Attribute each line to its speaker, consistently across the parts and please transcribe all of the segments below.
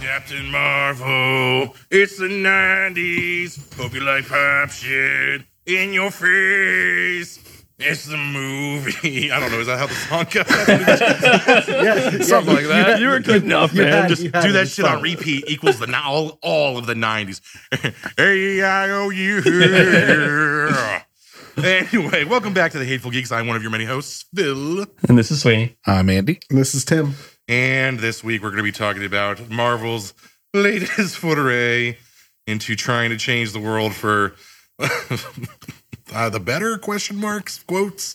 Speaker 1: Captain Marvel. It's the 90s. Hope you like pop shit in your face. It's the movie. I don't know. Is that how the song goes? Something like that.
Speaker 2: You were good enough,
Speaker 3: you
Speaker 2: man.
Speaker 3: had-
Speaker 2: Just
Speaker 3: you had
Speaker 1: Do that
Speaker 3: it.
Speaker 1: shit on repeat equals the now all, all of the 90s. A-I-O-U. anyway, welcome back to the Hateful Geeks. I'm one of your many hosts, Phil.
Speaker 2: and this is Sweeney.
Speaker 4: I'm Andy.
Speaker 3: This is Tim.
Speaker 1: And this week we're going to be talking about Marvel's latest foray into trying to change the world for uh, the better question marks quotes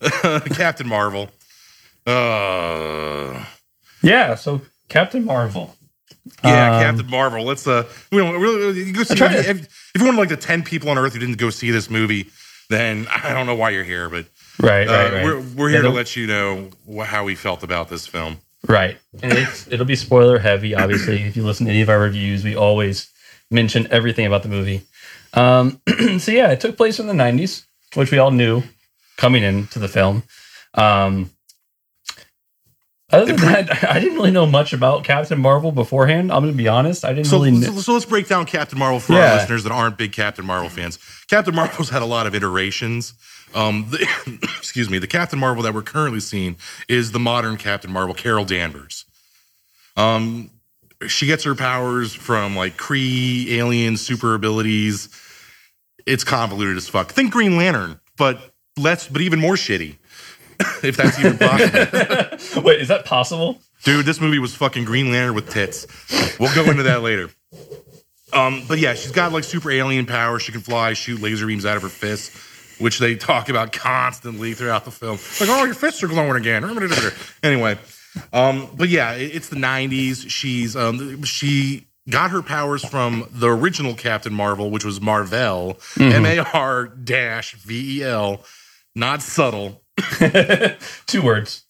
Speaker 1: Captain Marvel. Uh,
Speaker 2: Yeah, so Captain Marvel.
Speaker 1: yeah,
Speaker 2: Um,
Speaker 1: Captain Marvel. Let's uh, we don't really you go see
Speaker 2: tried
Speaker 1: if,
Speaker 2: to-
Speaker 1: if you're one of like the ten people on Earth who didn't go see this movie, then I don't know why you're here, but
Speaker 2: Right,
Speaker 1: uh,
Speaker 2: right, right.
Speaker 1: we're we're here
Speaker 2: Yeah,
Speaker 1: to
Speaker 2: the-
Speaker 1: let you know wh- how we felt about this film.
Speaker 2: Right. And it's, it'll be spoiler heavy, obviously. if you listen to any of our reviews, we always mention everything about the movie. Um, so, yeah, it took place in the 90s, which we all knew coming into the film. Um, other than that, I didn't really know much about Captain Marvel beforehand. I'm going to be honest. I didn't
Speaker 1: So,
Speaker 2: really know.
Speaker 1: so, so let's break down Captain Marvel for
Speaker 2: Yeah.
Speaker 1: our listeners that aren't big Captain Marvel fans. Captain Marvel's had a lot of iterations. Um, the, excuse me, the Captain Marvel that we're currently seeing is the modern Captain Marvel, Carol Danvers. Um, she gets her powers from like Kree alien super abilities. It's convoluted as fuck. Think Green Lantern, but less, but even more shitty. if that's even possible.
Speaker 2: Wait, is that possible?
Speaker 1: Dude, this movie was fucking Green Lantern with tits. We'll go into that later. Um, but yeah, she's got like super alien power. She can fly, shoot laser beams out of her fists, which they talk about constantly throughout the film. Like, oh, your fists are glowing again. Anyway, um, but yeah, it- it's the '90s. She's um, she got her powers from the original Captain Marvel, which was Marvel, M A R dash V E L, not subtle.
Speaker 2: Two words.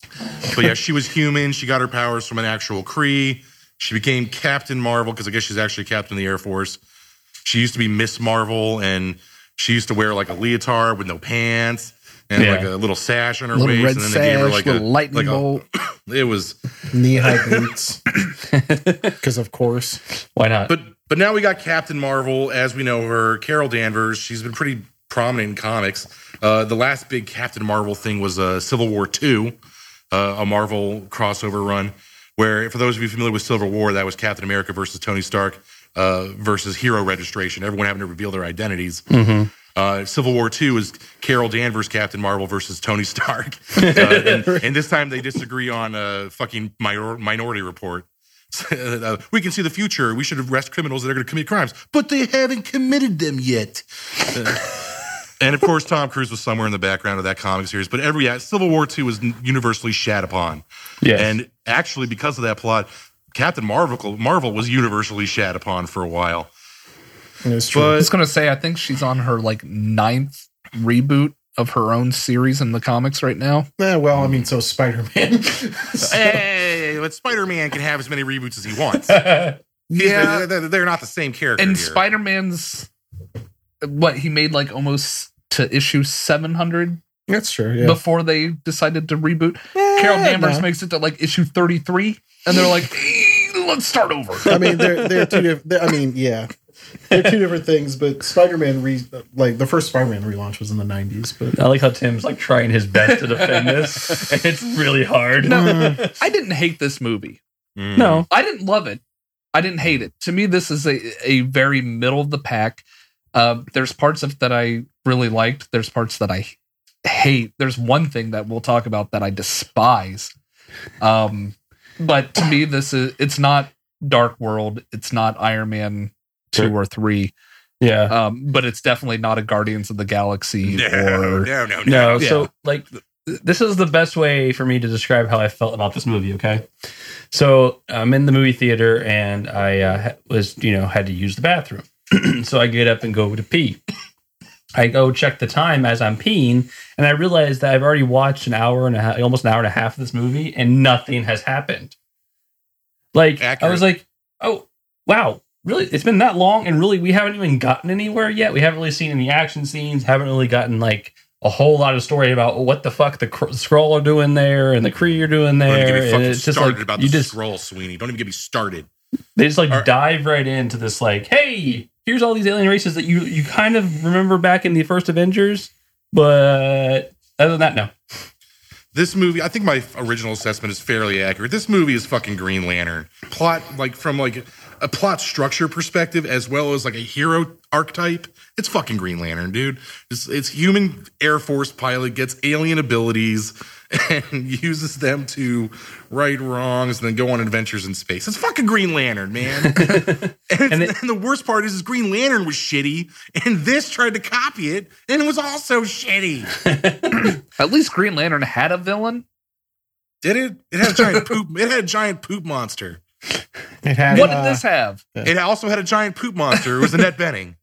Speaker 1: But yeah, she was human. She got her powers from an actual Cree. She became Captain Marvel because I guess she's actually Captain of the Air Force. She used to be Miss Marvel, and she used to wear like a leotard with no pants and
Speaker 2: Yeah.
Speaker 1: like a little sash on her
Speaker 4: Little
Speaker 1: waist.
Speaker 4: red
Speaker 1: and then
Speaker 4: sash, little
Speaker 1: like
Speaker 4: lightning
Speaker 1: a-
Speaker 4: bolt.
Speaker 1: It was,
Speaker 3: Knee high boots. Because, of course.
Speaker 2: Why not?
Speaker 1: but but now we got Captain Marvel as we know her. Carol Danvers. She's been pretty prominent in comics. Uh, the last big Captain Marvel thing was uh, Civil War Two. uh, a Marvel crossover run where, for those of you familiar with Civil War, that was Captain America versus Tony Stark uh, versus Hero Registration. Everyone having to reveal their identities. Uh, Civil War Two is Carol Danvers, Captain Marvel versus Tony Stark, uh, and, and this time they disagree on uh, fucking minor- Minority Report. Uh, we can see the future. We should arrest criminals that are going to commit crimes, but they haven't committed them yet. And of course, Tom Cruise was somewhere in the background of that comic series. But every yeah, Civil War II was n- universally shat upon.
Speaker 2: Yes.
Speaker 1: And actually, because of that plot, Captain Marvel Marvel was universally shat upon for a while.
Speaker 3: It's true.
Speaker 4: I
Speaker 1: But
Speaker 4: was gonna say, I think she's on her like ninth reboot of her own series in the comics right now.
Speaker 3: Eh, well, I mean, so Spider Man.
Speaker 1: hey, but Spider Man can have as many reboots as he wants. He's-
Speaker 4: Yeah.
Speaker 1: they're, they're not the same character.
Speaker 4: And
Speaker 1: here.
Speaker 4: Spider Man's what he made like almost to issue seven hundred
Speaker 3: That's true. Yeah. Eh,
Speaker 4: before they decided to reboot. Carol Danvers
Speaker 3: no.
Speaker 4: makes it to like issue thirty three, and they're like, "Eh, let's start over.
Speaker 3: I mean, they're they're two different. I mean, yeah, they're two different things. But Spider Man re like the first Spider Man relaunch was in the nineties. But
Speaker 2: I like how Tim's like trying his best to defend this, and it's really hard.
Speaker 4: No, I didn't hate this movie.
Speaker 1: Mm.
Speaker 2: no.
Speaker 4: I didn't love it. I didn't hate it. To me, this is a, a very middle of the pack. Uh, there's parts of that I really liked. There's parts that I hate. There's one thing that we'll talk about that I despise. Um, but to me, this is it's not Dark World. It's not Iron Man two or three.
Speaker 2: Yeah.
Speaker 4: Um, but it's definitely not a Guardians of the Galaxy
Speaker 1: No,
Speaker 4: or
Speaker 1: no, no, no.
Speaker 2: No,
Speaker 4: Yeah.
Speaker 2: so like th- this is the best way for me to describe how I felt about this movie. Okay, so I'm in the movie theater and I uh, ha- was you know had to use the bathroom, so I get up and go to pee. I go check the time as I'm peeing, and I realize that I've already watched an hour and a half, almost an hour and a half of this movie, and nothing has happened. Like I
Speaker 1: Accurate.
Speaker 2: was like, oh wow, really? It's been that long, and really we haven't even gotten anywhere yet. We haven't really seen any action scenes. Haven't really gotten like a whole lot of story about what the fuck the cr- scroll are doing there and the Kree are doing
Speaker 1: Don't even
Speaker 2: there.
Speaker 1: get me
Speaker 2: and
Speaker 1: fucking
Speaker 2: it's just
Speaker 1: started
Speaker 2: like
Speaker 1: about
Speaker 2: you
Speaker 1: the
Speaker 2: just
Speaker 1: scroll, Sweeney. Don't even get me started.
Speaker 2: They just like
Speaker 1: Are-
Speaker 2: dive right into this, like, hey, here's all these alien races that you you kind of remember back in the first Avengers, but other than that, no.
Speaker 1: This movie, I think my f- original assessment is fairly accurate. This movie is fucking Green Lantern. Plot, like from like a plot structure perspective, as well as like a hero archetype, it's fucking Green Lantern, dude. It's, it's human Air Force pilot gets alien abilities and uses them to right wrongs and then go on adventures in space. It's fucking Green Lantern, man. and, it's-
Speaker 2: And it-
Speaker 1: and the worst part is, is Green Lantern was shitty, and this tried to copy it, and it was also shitty.
Speaker 4: At least Green Lantern had a villain.
Speaker 1: Did it? It had a giant poop. It had a giant poop monster.
Speaker 3: It had,
Speaker 4: What
Speaker 3: uh,
Speaker 4: did this have?
Speaker 1: It also had a giant poop monster. It was Annette Benning.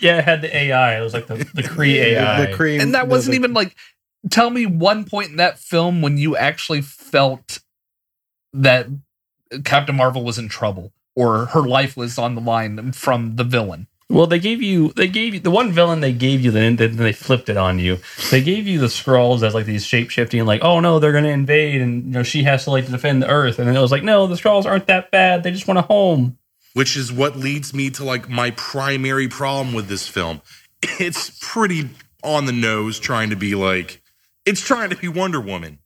Speaker 2: yeah, it had the AI. It was like the, the Cree AI.
Speaker 3: The cream,
Speaker 4: And that
Speaker 3: the-
Speaker 4: wasn't
Speaker 3: the-
Speaker 4: even like. Tell me one point in that film when you actually felt that Captain Marvel was in trouble or her life was on the line from the villain.
Speaker 2: Well, they gave you they gave you the one villain they gave you, then then they flipped it on you. They gave you the scrolls as like these shape shifting, like oh no, they're gonna invade, and you know she has to like defend the Earth, and then it was like no, the scrolls aren't that bad. They just want a home.
Speaker 1: Which is what leads me to like my primary problem with this film. It's pretty on the nose trying to be like it's trying to be Wonder Woman.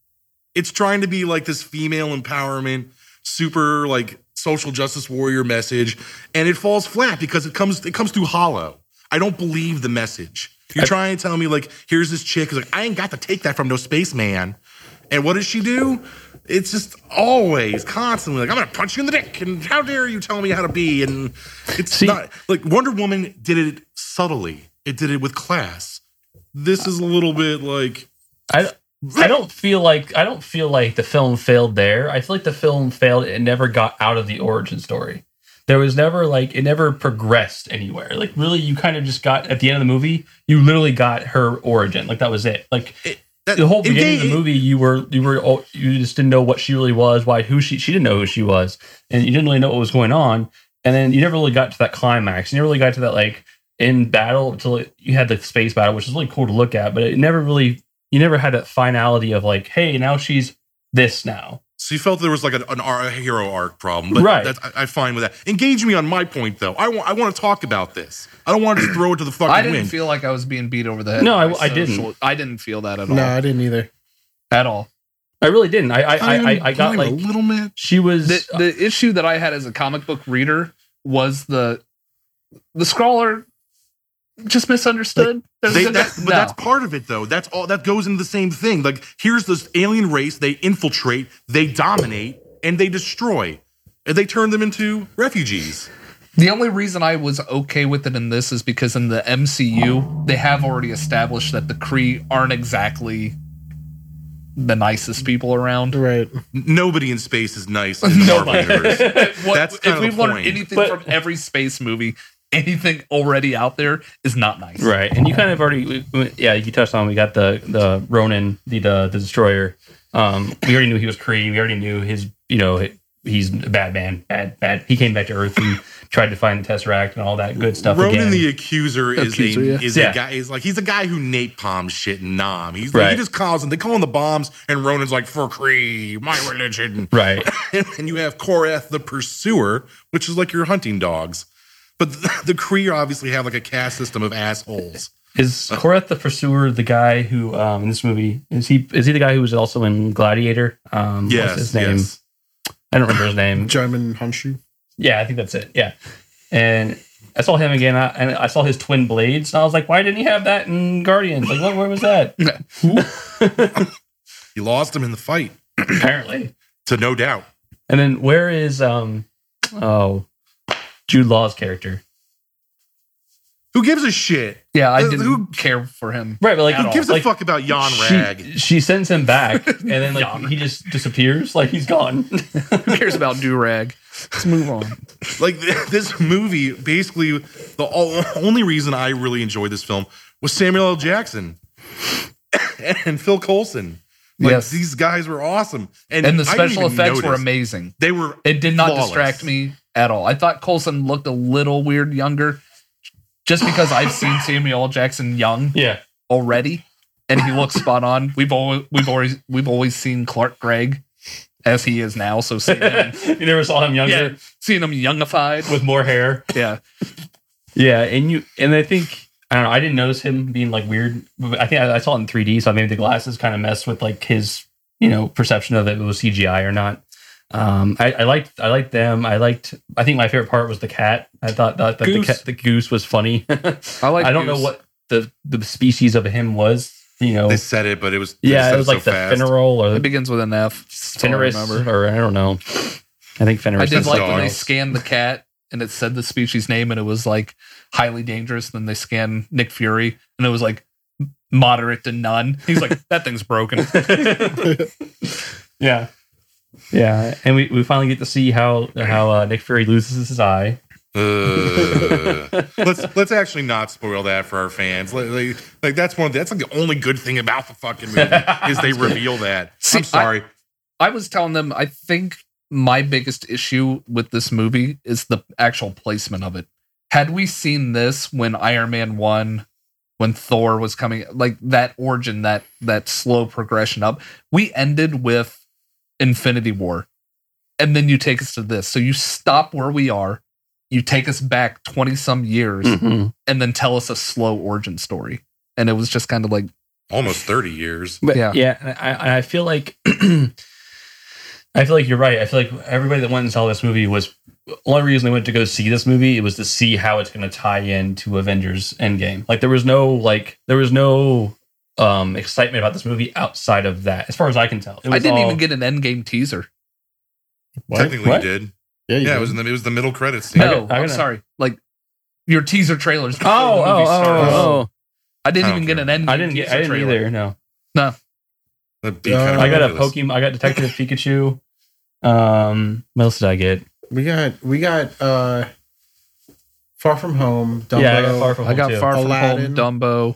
Speaker 1: It's trying to be like this female empowerment, super like social justice warrior message, and it falls flat because it comes it comes through hollow. I don't believe the message. You're trying to tell me like here's this chick who's like I ain't got to take that from no spaceman. And what does she do? It's just always constantly like I'm gonna punch you in the dick, and how dare you tell me how to be? And it's
Speaker 2: See-
Speaker 1: not like Wonder Woman did it subtly. It did it with class. This is a little bit like
Speaker 2: I I don't feel like I don't feel like the film failed there. I feel like the film failed. It never got out of the origin story. There was never like it never progressed anywhere. Like really, you kind of just got at the end of the movie, you literally got her origin. Like that was it. Like
Speaker 1: that,
Speaker 2: the whole
Speaker 1: it
Speaker 2: beginning of
Speaker 1: gave-
Speaker 2: the movie, you were you were oh, you just didn't know what she really was, why who she she didn't know who she was, and you didn't really know what was going on, and then you never really got to that climax. You never really got to that like in battle until you had the space battle, which is really cool to look at, but it never really you never had that finality of like, hey, now she's this now.
Speaker 1: So you felt there was like an, an ar- a hero arc problem, but
Speaker 2: Right.
Speaker 1: that's, I, I find with that. Engage me on my point though. I want I want to talk about this. I don't want to just throw it to the fucking
Speaker 4: I didn't
Speaker 1: wind.
Speaker 4: feel like I was being beat over the head.
Speaker 2: No, I-
Speaker 4: by
Speaker 2: I didn't.
Speaker 4: social- I didn't feel that at all.
Speaker 3: No, I didn't either.
Speaker 4: At all.
Speaker 2: I really didn't. I I I, I, I got
Speaker 1: I'm
Speaker 2: like
Speaker 1: a little man.
Speaker 2: she was
Speaker 4: the, the issue that I had as a comic book reader was the the scrawler just misunderstood. There's
Speaker 1: They,
Speaker 4: no-
Speaker 1: that, but
Speaker 4: no.
Speaker 1: that's part of it, though. That's all. That goes into the same thing. Like, here's this alien race. They infiltrate, they dominate, and they destroy. And they turn them into refugees.
Speaker 4: the only reason I was okay with it in this is because in the MCU they have already established that the Kree aren't exactly the nicest people around.
Speaker 3: Right.
Speaker 1: N- Nobody in space is nice. In the Marvel universe.
Speaker 4: What-
Speaker 1: That's
Speaker 4: if
Speaker 1: kind
Speaker 4: we've
Speaker 1: of the
Speaker 4: learned
Speaker 1: point.
Speaker 4: anything
Speaker 2: But-
Speaker 4: from every space movie, anything already out there is not nice.
Speaker 2: Right, and you kind of already, we- we- yeah, you touched on. We got the the Ronin, the the, the destroyer. Um, we already knew he was Kree. We already knew his, you know, he's a bad man, bad bad. He came back to Earth and tried to find the Tesseract and all that good stuff
Speaker 1: Ronan
Speaker 2: again.
Speaker 1: the Accuser is
Speaker 3: Accuser,
Speaker 1: a
Speaker 3: yeah.
Speaker 1: is
Speaker 2: Yeah.
Speaker 1: a guy. Is like he's a guy who napalm shit and nom. He's
Speaker 2: Right.
Speaker 1: he just calls them. They call him the bombs, and Ronan's like for Kree, my religion.
Speaker 2: right,
Speaker 1: and you have Korath the Pursuer, which is like your hunting dogs. But the, the Kree obviously have like a caste system of assholes.
Speaker 2: is Korath the Pursuer the guy who um, in this movie is he is he the guy who was also in Gladiator? Um, what's
Speaker 1: Yes,
Speaker 2: his name.
Speaker 1: yes.
Speaker 2: I don't remember his name.
Speaker 3: German Honshu.
Speaker 2: Yeah, I think that's it. Yeah, and I saw him again, I, and I saw his twin blades, and I was like, why didn't he have that in Guardians? Like, what, where was that?
Speaker 1: He lost him in the fight,
Speaker 2: Apparently.
Speaker 1: to no doubt.
Speaker 2: And then where is um oh Jude Law's character?
Speaker 1: Who gives a shit?
Speaker 4: Yeah, I
Speaker 1: Uh,
Speaker 4: didn't
Speaker 1: who-
Speaker 4: care for him.
Speaker 2: Right, but like
Speaker 4: At
Speaker 1: Who gives a
Speaker 2: like,
Speaker 1: fuck about Yon Rag?
Speaker 2: She, she sends him back, and then like he just disappears, like he's gone.
Speaker 4: Who cares about Durag? Let's move on.
Speaker 1: Like this movie, basically, the all, only reason I really enjoyed this film was Samuel L. Jackson and Phil Coulson. Like
Speaker 4: Yes.
Speaker 1: these guys were awesome, and,
Speaker 4: and the
Speaker 1: I didn't
Speaker 4: special
Speaker 1: even
Speaker 4: effects were
Speaker 1: notice.
Speaker 4: amazing.
Speaker 1: They were.
Speaker 4: It did not
Speaker 1: Flawless.
Speaker 4: distract me at all. I thought Colson looked a little weird younger, just because I've seen Samuel L. Jackson young
Speaker 2: yeah,
Speaker 4: already, and he looks spot on. We've always we've always we've always seen Clark Gregg as he is now. So seeing him,
Speaker 2: you never saw him younger
Speaker 4: yeah, seeing him youngified.
Speaker 2: with more hair.
Speaker 4: yeah,
Speaker 2: Yeah, and you and I think I don't know. I didn't notice him being like weird. but I think I, I saw it in 3D, so maybe the glasses kind of messed with like his you know perception of it was CGI or not. Um, I, I liked I liked them. I liked. I think my favorite part was the cat. I thought that, that the
Speaker 4: Goose.
Speaker 2: cat, the goose was funny.
Speaker 4: I like.
Speaker 2: I don't know
Speaker 4: Goose.
Speaker 2: what the the species of him was. You know,
Speaker 1: They said it, but it was they
Speaker 2: yeah,
Speaker 1: said
Speaker 2: it was
Speaker 1: so
Speaker 2: like the
Speaker 1: fast.
Speaker 2: Fenerol or
Speaker 4: it begins with an F. so I don't
Speaker 2: Fenris,
Speaker 4: remember.
Speaker 2: or I don't know. I think Fenris.
Speaker 4: I did
Speaker 1: That's
Speaker 2: is
Speaker 4: like
Speaker 2: the
Speaker 4: when they
Speaker 1: dog.
Speaker 2: dog.
Speaker 4: scanned the cat and it said the species name and it was like highly dangerous. Then they scanned Nick Fury and it was like moderate to none. He's like, that thing's broken.
Speaker 2: yeah. Yeah, and we, we finally get to see how how uh, Nick Fury loses his eye.
Speaker 1: Ugh. let's let's actually not spoil that for our fans. Like, like, like, that's one. That's like the only good thing about the fucking movie is they reveal that.
Speaker 4: See,
Speaker 1: I'm sorry.
Speaker 4: I was telling them, I think my biggest issue with this movie is the actual placement of it. Had we seen this when Iron Man 1, when Thor was coming, like that origin, that that slow progression up, we ended with Infinity War. And then you take us to this. So you stop where we are, you take us back 20 some years,
Speaker 2: Mm-hmm.
Speaker 4: and then tell us a slow origin story. And it was just kind of like,
Speaker 1: Almost 30 years.
Speaker 2: But
Speaker 4: Yeah.
Speaker 2: yeah, and I, and I feel like I feel like you're right. I feel like everybody that went and saw this movie was only reason they went to go see this movie. It was to see how it's going to tie in to Avengers Endgame. Like there was no like there was no um excitement about this movie outside of that. As far as I can tell, It
Speaker 4: I
Speaker 2: was
Speaker 4: didn't
Speaker 2: all-
Speaker 4: even get an endgame teaser.
Speaker 3: What?
Speaker 1: Technically,
Speaker 2: What?
Speaker 1: you did.
Speaker 3: Yeah, you
Speaker 1: Yeah, it
Speaker 3: did.
Speaker 1: was in the it was the middle credits scene.
Speaker 4: No,
Speaker 2: I
Speaker 4: I'm
Speaker 2: gotta-
Speaker 4: sorry. Like your teaser trailers. before
Speaker 2: Oh,
Speaker 4: the movie
Speaker 2: oh, oh,
Speaker 4: starts.
Speaker 2: oh,
Speaker 4: I didn't
Speaker 1: I don't
Speaker 4: even get an
Speaker 1: care.
Speaker 4: end.
Speaker 2: I didn't get. I didn't either. No,
Speaker 1: That'd be kind of
Speaker 2: I got a
Speaker 1: ridiculous.
Speaker 2: Pokemon. I got Detective Pikachu. Um, what else did I get?
Speaker 3: We got we got uh Far From Home, Dumbo.
Speaker 2: Yeah, I got Far From
Speaker 4: I
Speaker 2: Home
Speaker 4: got
Speaker 2: too.
Speaker 4: Far From
Speaker 3: Aladdin.
Speaker 4: Home, Dumbo.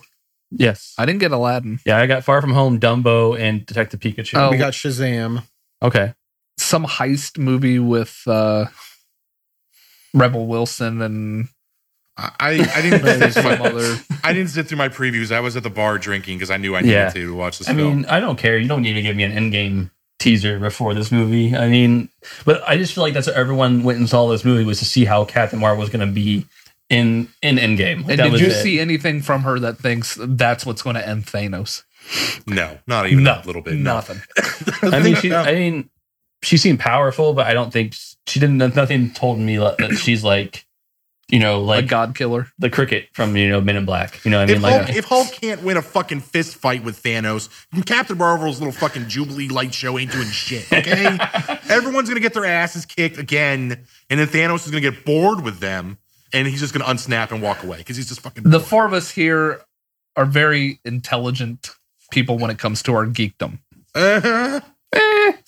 Speaker 2: yes.
Speaker 4: I didn't get Aladdin.
Speaker 2: Yeah, I got Far From Home, Dumbo, and Detective Pikachu.
Speaker 4: Oh.
Speaker 3: we got Shazam.
Speaker 2: Okay.
Speaker 4: Some heist movie with uh Rebel Wilson and
Speaker 1: I, I I didn't. sit through
Speaker 4: some
Speaker 1: my-
Speaker 4: other.
Speaker 1: I didn't sit through my previews. I was at the bar drinking because I knew I needed
Speaker 2: Yeah.
Speaker 1: to watch this
Speaker 2: I
Speaker 1: film.
Speaker 2: mean, I don't care. You don't need to give me an endgame teaser before this movie. I mean, but I just feel like that's what everyone went and saw this movie was to see how Captain Marvel was going to be in in Endgame.
Speaker 4: And
Speaker 2: That
Speaker 4: did
Speaker 2: was
Speaker 4: you
Speaker 2: it.
Speaker 4: see anything from her that thinks that's what's going to end Thanos?
Speaker 1: no, not even a little bit. No.
Speaker 4: nothing.
Speaker 2: I mean, she. I mean, she seemed powerful, but I don't think she didn't. Nothing told me like, that she's like, you know,
Speaker 4: Like,
Speaker 2: like
Speaker 4: a God killer.
Speaker 2: the cricket from you know Men in Black. You know, what I mean,
Speaker 1: If,
Speaker 2: like
Speaker 1: Hulk, if Hulk can't win a fucking fist fight with Thanos, Captain Marvel's little fucking Jubilee light show ain't doing shit, okay? Everyone's gonna get their asses kicked again, and then Thanos is gonna get bored with them, and he's just gonna unsnap and walk away because he's just fucking.
Speaker 4: The
Speaker 1: bored.
Speaker 4: four of us here are very intelligent people when it comes to our geekdom.
Speaker 1: Uh-huh.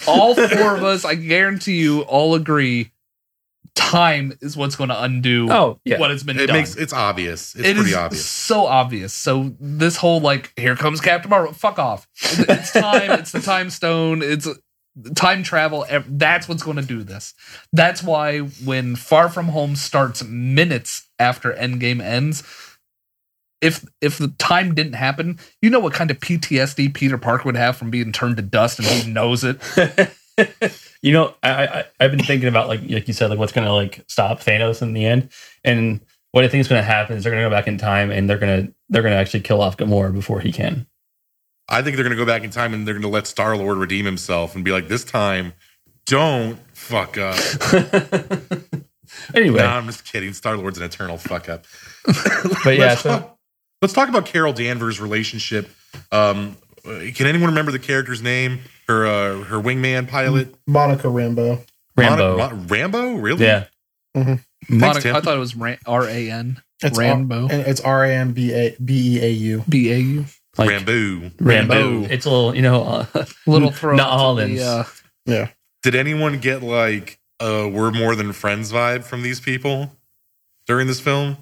Speaker 4: all four of us, I guarantee you, all agree. Time is what's going to undo
Speaker 2: oh yeah,
Speaker 4: what has been
Speaker 1: It
Speaker 4: done.
Speaker 1: makes it's obvious. It's
Speaker 4: It
Speaker 1: pretty
Speaker 4: is
Speaker 1: obvious.
Speaker 4: so obvious. So this whole like, here comes Captain Marvel. Fuck off. It's time. it's the time stone. It's time travel. Ev- That's what's going to do this. That's why when Far From Home starts minutes after Endgame ends. If if the time didn't happen, you know what kind of PTSD Peter Parker would have from being turned to dust, and he knows it.
Speaker 2: you know, I, I I- I've been thinking about like like you said, like what's gonna like stop Thanos in the end, and what I think is gonna happen is they're gonna go back in time and they're gonna they're gonna actually kill off Gamora before he can.
Speaker 1: I think they're gonna go back in time and they're gonna let Star Lord redeem himself and be like, this time, don't fuck up.
Speaker 2: anyway,
Speaker 1: No, I'm just kidding. Star Lord's an eternal fuck up.
Speaker 2: but yeah,
Speaker 1: let's,
Speaker 2: so
Speaker 1: talk, let's talk about Carol Danvers' relationship. Um, uh, can anyone remember the character's name? Her uh, her wingman pilot
Speaker 3: Monica Rambo.
Speaker 2: Rambo,
Speaker 1: Mon- Mon- Rambo, really?
Speaker 2: yeah,
Speaker 4: Monica,
Speaker 1: Tim.
Speaker 4: I thought it was Ran- R A N
Speaker 3: It's
Speaker 4: Rambo.
Speaker 3: R- and it's R A M B A B E A U.
Speaker 4: B A U.
Speaker 2: like
Speaker 1: Rambo.
Speaker 2: Rambo.
Speaker 4: Rambo.
Speaker 2: It's a little, you know, uh,
Speaker 4: Little throw.
Speaker 2: Not
Speaker 4: to the,
Speaker 2: Hollins.
Speaker 4: uh,
Speaker 3: Yeah.
Speaker 1: Did anyone get like uh, "We're more than friends" vibe from these people during this film?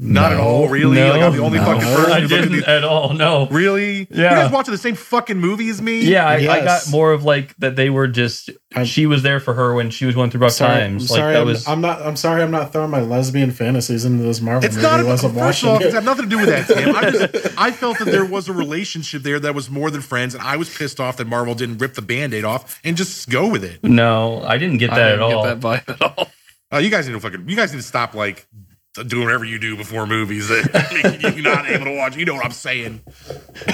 Speaker 1: Not at
Speaker 4: No.
Speaker 1: all, really. like I'm the only
Speaker 4: no.
Speaker 1: fucking person
Speaker 2: I
Speaker 1: who's looking at
Speaker 2: didn't
Speaker 1: these.
Speaker 2: at all. No.
Speaker 1: Really?
Speaker 2: Yeah.
Speaker 1: You guys watching the same fucking movie as me?
Speaker 2: Yeah, I, I
Speaker 3: Yes.
Speaker 2: got more of like that they were just
Speaker 3: I'm-
Speaker 2: she was there for her when she was going through rough
Speaker 3: Sorry, I'm
Speaker 2: times. Like
Speaker 3: sorry.
Speaker 2: that
Speaker 3: I'm,
Speaker 2: was
Speaker 3: I'm not. I'm sorry. I'm not throwing my lesbian fantasies into this Marvel
Speaker 1: It's
Speaker 3: movie.
Speaker 1: not
Speaker 3: unless
Speaker 1: about
Speaker 3: I'm
Speaker 1: first
Speaker 3: watching
Speaker 1: off,
Speaker 3: it.
Speaker 1: it's got nothing to do with that, Tim. I, just, I felt that there was a relationship there that was more than friends, and I was pissed off that Marvel didn't rip the band-aid off and just go with it.
Speaker 2: no, I didn't get
Speaker 4: I
Speaker 2: that at
Speaker 4: didn't
Speaker 2: all.
Speaker 4: get that vibe at all.
Speaker 1: Uh, you guys need to fucking you guys need to stop like doing whatever you do before movies that make you not able to watch. You know what I'm saying.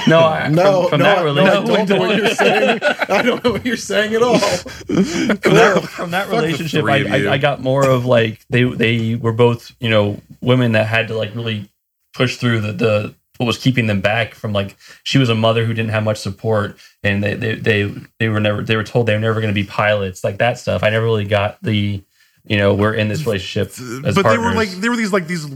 Speaker 2: No, I,
Speaker 3: No,
Speaker 2: from, from
Speaker 3: no,
Speaker 2: that
Speaker 3: I- no, I
Speaker 2: relationship,
Speaker 3: don't know what you're saying. I don't know what you're saying at all.
Speaker 2: from that, from that
Speaker 1: the
Speaker 2: relationship,
Speaker 1: three
Speaker 2: I,
Speaker 1: of you.
Speaker 2: I, I got more of like they they were both you know women that had to like really push through the the what was keeping them back from like she was a mother who didn't have much support and they they they, they were never they were told they were never going to be pilots like that stuff. I never really got the you know we're in this relationship as
Speaker 1: but
Speaker 2: partners.
Speaker 1: there were like there were these like these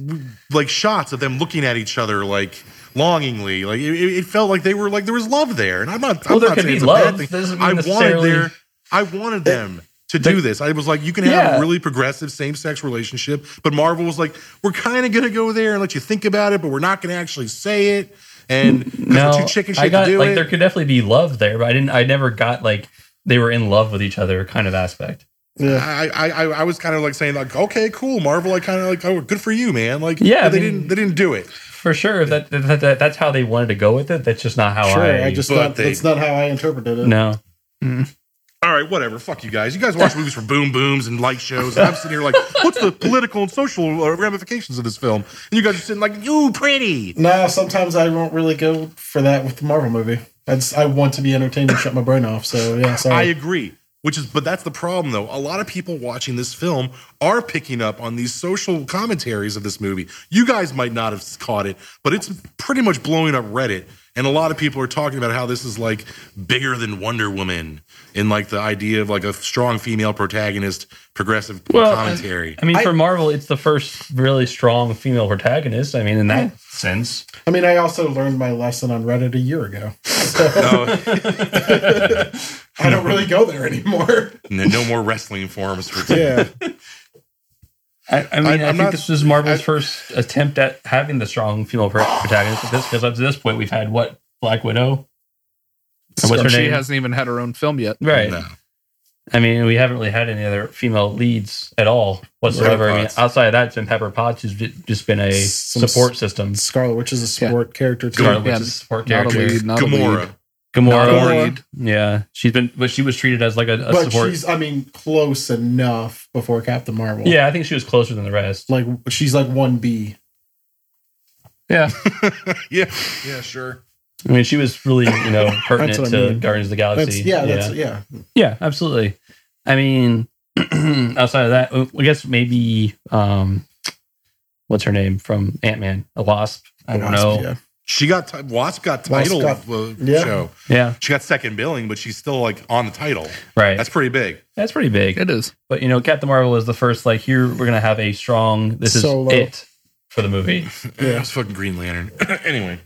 Speaker 1: like shots of them looking at each other like longingly. Like it, it felt like they were like there was love there, and I'm not.
Speaker 2: Well,
Speaker 1: I'm
Speaker 2: there
Speaker 1: not
Speaker 2: could
Speaker 1: saying
Speaker 2: be
Speaker 1: it's a
Speaker 2: love.
Speaker 1: bad thing.
Speaker 2: Doesn't mean
Speaker 1: I wanted
Speaker 2: necessarily-
Speaker 1: their, I wanted them to do this. I was like, you can have
Speaker 2: Yeah.
Speaker 1: a really progressive same-sex relationship, but Marvel was like, we're kind of gonna go there and let you think about it, but we're not gonna actually say it. And 'cause
Speaker 2: no,
Speaker 1: we're too chicken
Speaker 2: I
Speaker 1: shit
Speaker 2: got
Speaker 1: to do
Speaker 2: like
Speaker 1: it.
Speaker 2: there could definitely be love there, but I didn't. I never got like they were in love with each other kind of aspect.
Speaker 3: Yeah.
Speaker 1: I, I I- I was kind of like saying like okay cool Marvel I kind of like oh good for you man like
Speaker 2: Yeah,
Speaker 1: but they
Speaker 2: I mean-
Speaker 1: didn't they didn't do it
Speaker 2: For sure, if that, that, that that's how they wanted to go with it. That's just not how
Speaker 3: Sure,
Speaker 2: Oh, I.
Speaker 3: I just
Speaker 1: but
Speaker 3: not,
Speaker 1: they-
Speaker 3: that's not how I interpreted it.
Speaker 2: no.
Speaker 1: all right whatever fuck you guys you guys watch movies for boom booms and light shows and I'm sitting here like what's the political and social uh, ramifications of this film and you guys are sitting like you pretty
Speaker 3: No, sometimes I won't really go for that with the Marvel movie. I, just, I want to be entertained and shut my brain off. So yeah,
Speaker 1: I
Speaker 3: sorry.
Speaker 1: agree which is but that's the problem though a lot of people watching this film are picking up on these social commentaries of this movie you guys might not have caught it but it's pretty much blowing up Reddit and a lot of people are talking about how this is like bigger than Wonder Woman and like the idea of like a strong female protagonist progressive
Speaker 2: Well,
Speaker 1: commentary.
Speaker 2: I mean, for Marvel, it's the first really strong female protagonist. I mean, in that sense,
Speaker 3: I mean, I also learned my lesson on Reddit a year ago. So I don't really go there anymore.
Speaker 1: No, no more wrestling forms for
Speaker 3: Yeah,
Speaker 2: I, I mean,
Speaker 1: I-
Speaker 2: I,
Speaker 1: I'm
Speaker 2: think
Speaker 1: not-
Speaker 2: this is Marvel's
Speaker 1: I-
Speaker 2: first attempt at having the strong female pro- protagonist. At this, because up to this point, we've had what Black Widow, Or what's her
Speaker 4: she
Speaker 2: name?
Speaker 4: hasn't even had her own film yet.
Speaker 2: right?
Speaker 1: No.
Speaker 2: I mean, we haven't really had any other female leads at all whatsoever. I mean,
Speaker 1: Potts.
Speaker 2: outside of that, it's been Pepper Potts, who's ju- just been a
Speaker 3: Some
Speaker 2: support system.
Speaker 3: Scarlet Witch is a support character too.
Speaker 2: Scarlet
Speaker 4: Yeah,
Speaker 2: Witch is a support
Speaker 4: Not a
Speaker 2: character.
Speaker 4: lead, not a lead.
Speaker 1: Gamora.
Speaker 2: Gamora,
Speaker 4: Not a
Speaker 1: Gamora.
Speaker 4: lead.
Speaker 2: yeah, she's been, but she was treated as like a, a
Speaker 3: but
Speaker 2: support.
Speaker 3: she's, I mean, close enough before Captain Marvel.
Speaker 2: Yeah, I think she was closer than the rest.
Speaker 3: like she's like one B.
Speaker 4: Yeah.
Speaker 1: yeah, yeah, sure.
Speaker 2: I mean, she was really, you know,
Speaker 3: That's
Speaker 2: pertinent
Speaker 3: what I
Speaker 2: to
Speaker 3: mean.
Speaker 2: Guardians of the Galaxy.
Speaker 3: That's yeah, that's
Speaker 2: yeah.
Speaker 3: yeah.
Speaker 2: Yeah, absolutely. I mean, outside of that, oh, I guess maybe um, what's her name from Ant Man, a wasp. I don't know.
Speaker 3: Yeah.
Speaker 1: She got ti- Wasp got
Speaker 3: Wasp
Speaker 1: title
Speaker 3: got-
Speaker 1: of the
Speaker 3: yeah.
Speaker 1: show.
Speaker 2: Yeah,
Speaker 1: She got second billing, but she's still like on the title. That's
Speaker 2: right. That's,
Speaker 1: pretty big.
Speaker 2: pretty big.
Speaker 4: It is.
Speaker 2: But you know, Captain Marvel was the first. Like here, we're gonna have a strong. This is
Speaker 3: Solo.
Speaker 2: it for the movie.
Speaker 1: Yeah, it's fucking Green Lantern. anyway,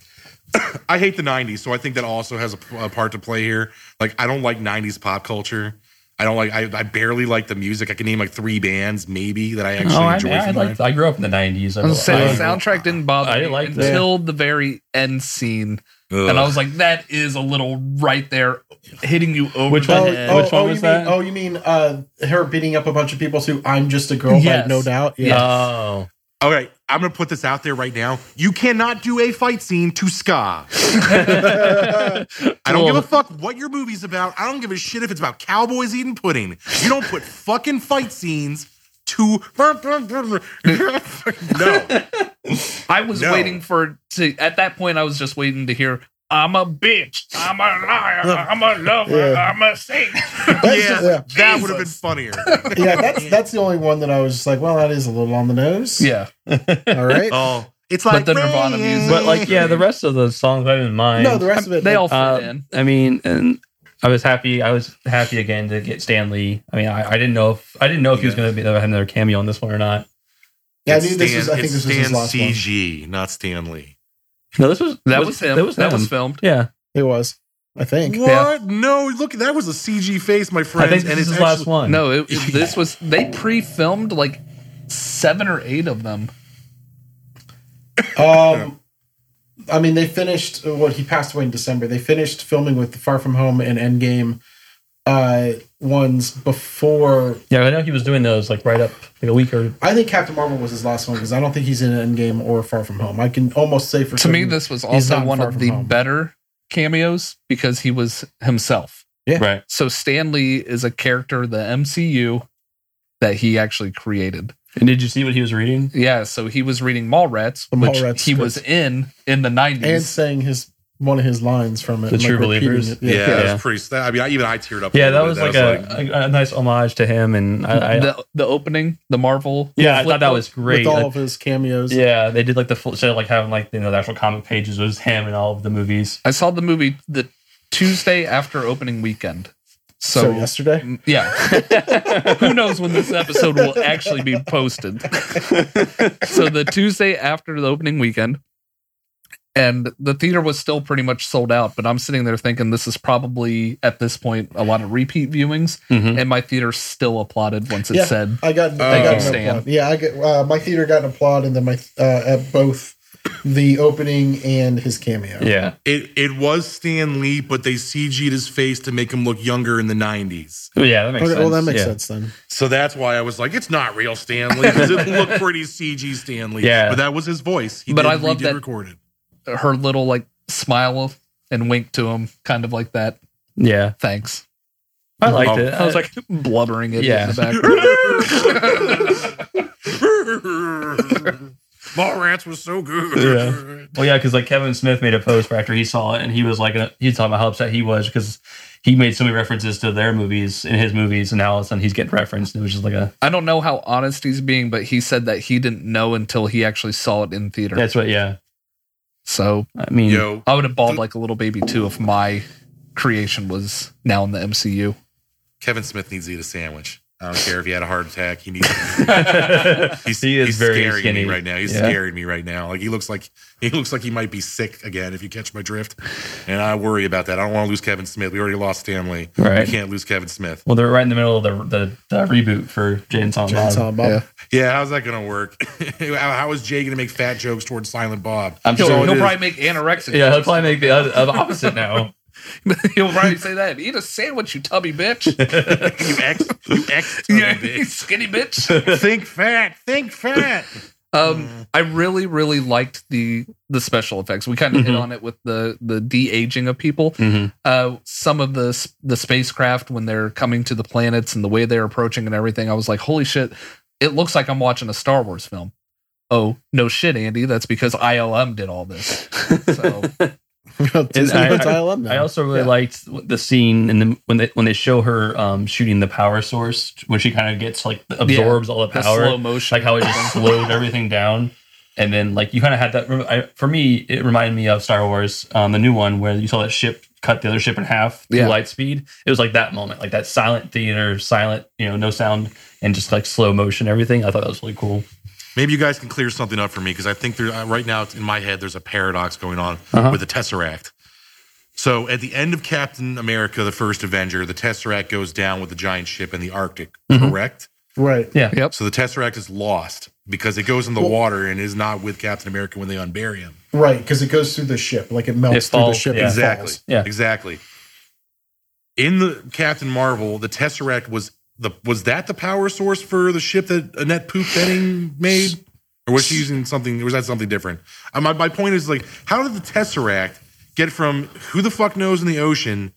Speaker 1: I hate the '90s, so I think that also has a, a part to play here. Like, I don't like '90s pop culture. I don't like. I, I barely like the music. I can name like three bands, maybe that I actually
Speaker 2: Oh, I,
Speaker 1: enjoy.
Speaker 2: I,
Speaker 1: from
Speaker 2: like. I grew up in the nineties.
Speaker 4: I was gonna say,
Speaker 2: I-
Speaker 4: the soundtrack didn't bother
Speaker 2: I
Speaker 4: me
Speaker 2: like that.
Speaker 4: until the very end scene.
Speaker 1: mine.
Speaker 4: And I
Speaker 1: Ugh.
Speaker 4: was like, that is a little right there hitting you over
Speaker 2: Which
Speaker 4: the
Speaker 2: one?
Speaker 4: head.
Speaker 2: Oh, Which one
Speaker 3: you
Speaker 2: was
Speaker 3: mean,
Speaker 2: that?
Speaker 3: Oh, you mean uh, her beating up a bunch of people to "I'm Just a Girl"
Speaker 4: Yes.
Speaker 3: by No Doubt?
Speaker 2: Oh,
Speaker 1: All right, I'm gonna put this out there right now. You cannot do a fight scene to ska. I don't give a fuck what your movie's about. I don't give a shit if it's about cowboys eating pudding. You don't put fucking fight scenes to no.
Speaker 4: I was
Speaker 1: No.
Speaker 4: waiting for to at that point I was just waiting to hear I'm a bitch. I'm a liar. I'm a lover.
Speaker 3: Yeah.
Speaker 4: I'm a saint.
Speaker 1: Yeah,
Speaker 3: yeah.
Speaker 1: that would have been
Speaker 4: Jesus.
Speaker 1: funnier.
Speaker 3: yeah, that's that's the only one that I was just like, well, that is a little on the nose.
Speaker 4: yeah.
Speaker 3: all right.
Speaker 1: Oh, it's
Speaker 4: But
Speaker 1: like
Speaker 4: the Nirvana music.
Speaker 2: but like, yeah, the rest of the songs I didn't mind.
Speaker 3: no, the rest of it,
Speaker 4: They all fit
Speaker 2: Uh,
Speaker 4: in.
Speaker 2: I mean, and I was happy. I was happy again to get Stan Lee. I mean, I, I didn't know if I didn't know if he was going to be have another cameo in this one or not.
Speaker 3: yeah, I
Speaker 1: It's
Speaker 3: knew this was.
Speaker 1: Stan-
Speaker 3: I think
Speaker 1: it's
Speaker 3: this was his
Speaker 1: Stan
Speaker 3: last one.
Speaker 1: CG, not Stan Lee.
Speaker 2: No, this was
Speaker 4: That was, him.
Speaker 2: That was
Speaker 4: that
Speaker 2: him.
Speaker 4: was filmed.
Speaker 2: yeah.
Speaker 3: It was, I think.
Speaker 1: What? No, look, that was a CG face, my friend.
Speaker 2: I think this is his last one.
Speaker 4: No, it, it- this was they pre-filmed like seven or eight of them.
Speaker 3: Um, I mean, they finished what he passed away in December. They finished filming with Far From Home and Endgame uh, ones before.
Speaker 2: Yeah, I know he was doing those like right up like a week or
Speaker 3: I think Captain Marvel was his last one because I don't think he's in Endgame or Far From Home. I can almost say for
Speaker 4: to me,
Speaker 3: certain-
Speaker 4: this was
Speaker 3: he's
Speaker 4: also
Speaker 3: not
Speaker 4: one
Speaker 3: far
Speaker 4: of
Speaker 3: from
Speaker 4: the
Speaker 3: home.
Speaker 4: better cameos because he was himself.
Speaker 2: right.
Speaker 4: So Stanley is a character of the MCU that he actually created.
Speaker 2: And did you see what he was reading?
Speaker 4: Yeah, so he was reading Mallrats,
Speaker 3: The
Speaker 4: which
Speaker 3: Mallrats
Speaker 4: he was
Speaker 3: script.
Speaker 4: in in the
Speaker 3: and
Speaker 4: nineties.
Speaker 3: saying his one of his lines from it.
Speaker 2: The
Speaker 3: and,
Speaker 2: True
Speaker 3: repeating
Speaker 2: Believers?
Speaker 3: it.
Speaker 1: Yeah,
Speaker 2: Yeah.
Speaker 1: that's pretty. That, I mean, I, even I teared up.
Speaker 2: Yeah, that
Speaker 1: little
Speaker 2: was
Speaker 1: bit.
Speaker 2: like, a, a, a nice homage to him, and I, I
Speaker 4: the, the opening, the Marvel.
Speaker 2: yeah, I
Speaker 4: flip
Speaker 2: thought that was great.
Speaker 3: with all
Speaker 2: Like,
Speaker 3: of his cameos.
Speaker 2: yeah, they did like the full instead of like having like you know the actual comic pages it was him and all of the movies.
Speaker 4: I saw the movie the Tuesday after opening weekend. So,
Speaker 3: So, yesterday,
Speaker 4: yeah. Who knows when this episode will actually be posted? so the Tuesday after the opening weekend, and the theater was still pretty much sold out, but I'm sitting there thinking this is probably at this point a lot of repeat viewings,
Speaker 2: Mm-hmm.
Speaker 4: and my theater still applauded once it
Speaker 3: Yeah.
Speaker 4: said
Speaker 3: I got
Speaker 1: Thank
Speaker 3: I
Speaker 1: you,
Speaker 3: got an
Speaker 4: Stan.
Speaker 3: applaud. Yeah, I get uh, my theater got an applaud, and then my uh, at both the opening and his cameo.
Speaker 2: Yeah,
Speaker 1: It it was Stan Lee, but they CG'd his face to make him look younger in the '90s.
Speaker 2: yeah, that makes
Speaker 3: Okay,
Speaker 2: sense.
Speaker 3: well, that makes
Speaker 2: yeah.
Speaker 3: sense then.
Speaker 1: So that's why I was like, it's not real Stan Lee because it looked pretty CG Stan Lee.
Speaker 2: Yeah.
Speaker 1: but that was his voice. He
Speaker 4: But
Speaker 1: did,
Speaker 4: I love
Speaker 1: he did
Speaker 4: that-
Speaker 1: record it.
Speaker 4: her little like smile and wink to him, kind of like that.
Speaker 2: Yeah,
Speaker 4: Thanks.
Speaker 2: I liked
Speaker 1: Oh.
Speaker 2: it. I was like,
Speaker 4: blubbering it
Speaker 2: Yeah.
Speaker 4: in the background.
Speaker 1: Mallrats was so good.
Speaker 2: Yeah. well, yeah, because like Kevin Smith made a post after he saw it, and he was like, uh, he was talking about how upset he was because he made so many references to their movies in his movies, and now all of a sudden he's getting referenced. And it was just like a
Speaker 4: I don't know how honest he's being, but he said that he didn't know until he actually saw it in theater.
Speaker 2: that's what. Yeah,
Speaker 4: So
Speaker 2: I mean,
Speaker 1: Yo,
Speaker 4: I would have bawled like a little baby too if my creation was now in the MCU.
Speaker 1: Kevin Smith needs to eat a sandwich. I don't care if he had a heart attack. He needs.
Speaker 2: he's,
Speaker 1: He's,
Speaker 2: he is
Speaker 1: he's
Speaker 2: very
Speaker 1: scaring
Speaker 2: skinny
Speaker 1: me right now. He's
Speaker 2: Yeah.
Speaker 1: scaring me right now. Like he looks like he looks like he might be sick again. If you catch my drift, and I worry about that. I don't want to lose Kevin Smith. We already lost Stanley.
Speaker 2: Right.
Speaker 1: We can't lose Kevin Smith.
Speaker 2: Well, they're right in the middle of the the, the reboot for Jane and Silent
Speaker 3: Jane
Speaker 2: Bob.
Speaker 3: Silent Bob.
Speaker 4: Yeah.
Speaker 1: Yeah, how's that going to work? how, how is Jay going to make fat jokes towards Silent Bob?
Speaker 2: I'm
Speaker 4: He'll,
Speaker 2: sure
Speaker 1: it
Speaker 4: he'll
Speaker 1: is.
Speaker 4: probably make anorexic.
Speaker 2: Yeah, he'll probably make the other, other opposite now.
Speaker 4: he'll probably say that. Eat a sandwich, you tubby bitch.
Speaker 1: you ex, you ex,
Speaker 4: yeah,
Speaker 1: bitch.
Speaker 4: skinny bitch.
Speaker 1: think fat, think fat.
Speaker 4: Um, I really, really liked the the special effects. We
Speaker 2: Mm-hmm.
Speaker 4: kind of hit on it with the the de aging of people. uh, some of the s- the spacecraft when they're coming to the planets and the way they're approaching and everything, I was like, "Holy shit! It looks like I'm watching a Star Wars film." Oh no, shit, Andy. That's because ILM did all this. So
Speaker 3: Disney
Speaker 2: I-
Speaker 3: owns ILM now.
Speaker 2: I also really
Speaker 4: Yeah.
Speaker 2: liked the scene in the when they when they show her um, shooting the power source when she kind of gets like absorbs all the
Speaker 4: the
Speaker 2: power,
Speaker 4: slow motion,
Speaker 2: like how it just slowed everything down. And then like you kind of had that. I, for me, it reminded me of Star Wars, um, the new one where you saw that ship cut the other ship in half through
Speaker 4: Yeah.
Speaker 2: light speed. It was like that moment, like that silent theater, silent, you know, no sound, and just like slow motion, everything. I thought that was really cool.
Speaker 1: Maybe you guys can clear something up for me because I think there uh, right now it's in my head there's a paradox going on with the Tesseract. So at the end of Captain America: The First Avenger, the Tesseract goes down with the giant ship in the Arctic, correct?
Speaker 3: right.
Speaker 2: Yeah,
Speaker 4: Yep.
Speaker 1: So the Tesseract is lost because it goes in the water and is not with Captain America when they unbury him.
Speaker 3: Right, because it goes through the ship, like it melts
Speaker 2: It
Speaker 3: through the
Speaker 2: falls,
Speaker 3: ship.
Speaker 2: yeah.
Speaker 3: and
Speaker 1: Exactly.
Speaker 3: falls.
Speaker 2: Yeah.
Speaker 1: Exactly. In the Captain Marvel, the Tesseract was the was that the power source for the ship that Annette Poop Benning made? Or was she using something or was that something different? Uh, my, my point is like, how did the Tesseract get from who the fuck knows in the ocean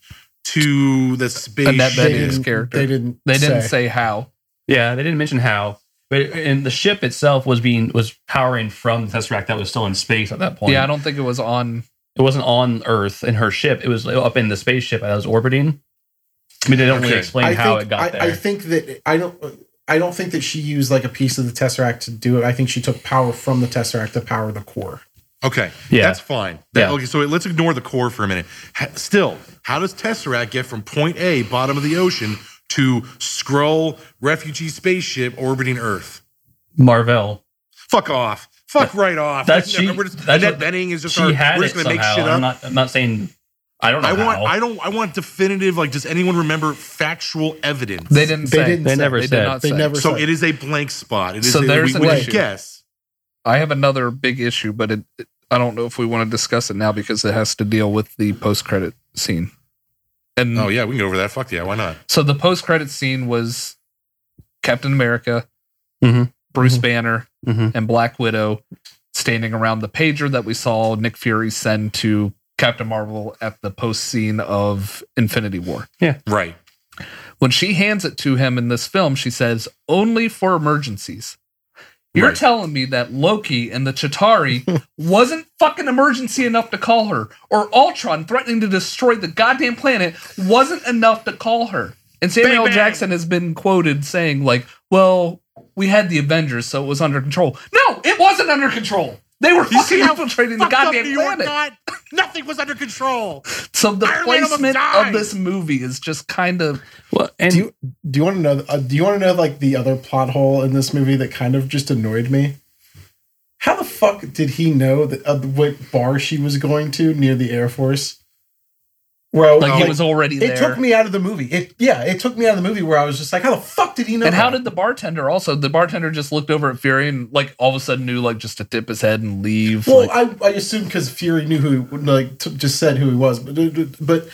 Speaker 1: to the space?
Speaker 4: Annette
Speaker 1: ship?
Speaker 3: They
Speaker 4: Bening. That is
Speaker 3: didn't,
Speaker 4: character.
Speaker 3: They didn't.
Speaker 4: They didn't say how.
Speaker 2: Yeah, they didn't mention how, but and the ship itself was being was powering from the tesseract that was still in space at that point.
Speaker 4: Yeah, I don't think it was on.
Speaker 2: it wasn't on Earth in her ship; it was up in the spaceship that was orbiting. I mean, they don't
Speaker 1: Okay.
Speaker 2: really explain
Speaker 3: I
Speaker 2: how
Speaker 3: think,
Speaker 2: it got
Speaker 3: I,
Speaker 2: there.
Speaker 3: I think that I don't. I don't think that she used like a piece of the tesseract to do it. I think she took power from the tesseract to power the core.
Speaker 1: Okay,
Speaker 2: Yeah.
Speaker 1: that's fine. That-
Speaker 2: Yeah.
Speaker 1: Okay, so let's ignore the core for a minute. Ha- still, how does Tesseract get from point A, bottom of the ocean, to Skrull refugee spaceship orbiting Earth?
Speaker 2: Marvel.
Speaker 1: Fuck off. Fuck right off.
Speaker 2: That's
Speaker 1: No,
Speaker 2: she.
Speaker 1: we're just,
Speaker 2: that's
Speaker 1: Annette
Speaker 2: what-
Speaker 1: Bening is just
Speaker 2: she
Speaker 1: our,
Speaker 2: had
Speaker 1: we're
Speaker 2: it
Speaker 1: just
Speaker 2: somehow.
Speaker 1: gonna make shit
Speaker 2: I'm
Speaker 1: up.
Speaker 2: not. I'm not saying. I don't know
Speaker 1: I want.
Speaker 2: how.
Speaker 1: I don't. I want definitive. Like, does anyone remember factual evidence?
Speaker 4: They didn't.
Speaker 3: They
Speaker 4: say.
Speaker 3: didn't
Speaker 2: They never
Speaker 4: did
Speaker 2: said.
Speaker 4: not
Speaker 3: They
Speaker 4: say.
Speaker 3: never.
Speaker 1: So
Speaker 3: said.
Speaker 1: it is a blank spot. It is
Speaker 4: So
Speaker 1: a,
Speaker 4: there's
Speaker 1: we, we
Speaker 4: an issue.
Speaker 1: guess.
Speaker 4: I have another big issue, but it, it- I don't know if we want to discuss it now because it has to deal with the post credit scene.
Speaker 2: Mm.
Speaker 4: And
Speaker 1: Oh yeah, we can go over that. Fuck yeah, why not?
Speaker 4: so the post credit scene was Captain America,
Speaker 2: Mhm.
Speaker 4: Bruce
Speaker 3: Mhm.
Speaker 4: Banner,
Speaker 2: Mhm.
Speaker 4: and Black Widow standing around the pager that we saw Nick Fury send to Captain Marvel at the post scene of Infinity War.
Speaker 1: Right.
Speaker 4: When she hands it to him in this film, she says, "Only for emergencies." You're
Speaker 1: Right.
Speaker 4: telling me that Loki and the Chitari wasn't fucking emergency enough to call her, or Ultron threatening to destroy the goddamn planet wasn't enough to call her. And Samuel
Speaker 1: bang.
Speaker 4: Jackson has been quoted saying, like, well, we had the Avengers, so it was under control. No, it wasn't under control. They were
Speaker 1: You see
Speaker 4: fucking
Speaker 1: how
Speaker 4: infiltrating the goddamn planet.
Speaker 1: Nothing was under control.
Speaker 4: so the
Speaker 1: Iron Man almost
Speaker 4: placement of
Speaker 1: died.
Speaker 4: this movie is just kind of
Speaker 2: Well, and
Speaker 3: do you do you want to know? Uh, do you want to know like the other plot hole in this movie that kind of just annoyed me? How the fuck did he know that uh, what bar she was going to near the Air Force? Where I was,
Speaker 4: like
Speaker 3: like,
Speaker 4: he was already there.
Speaker 3: it took me out of the movie. It yeah, it took me out of the movie where I was just like, how the fuck did he know?
Speaker 4: And how
Speaker 3: that?
Speaker 4: did the bartender also? The bartender just looked over at Fury and like all of a sudden knew like just to tip his head and leave.
Speaker 3: Well,
Speaker 4: like,
Speaker 3: I, I assume because Fury knew who, like, t- just said who he was, but but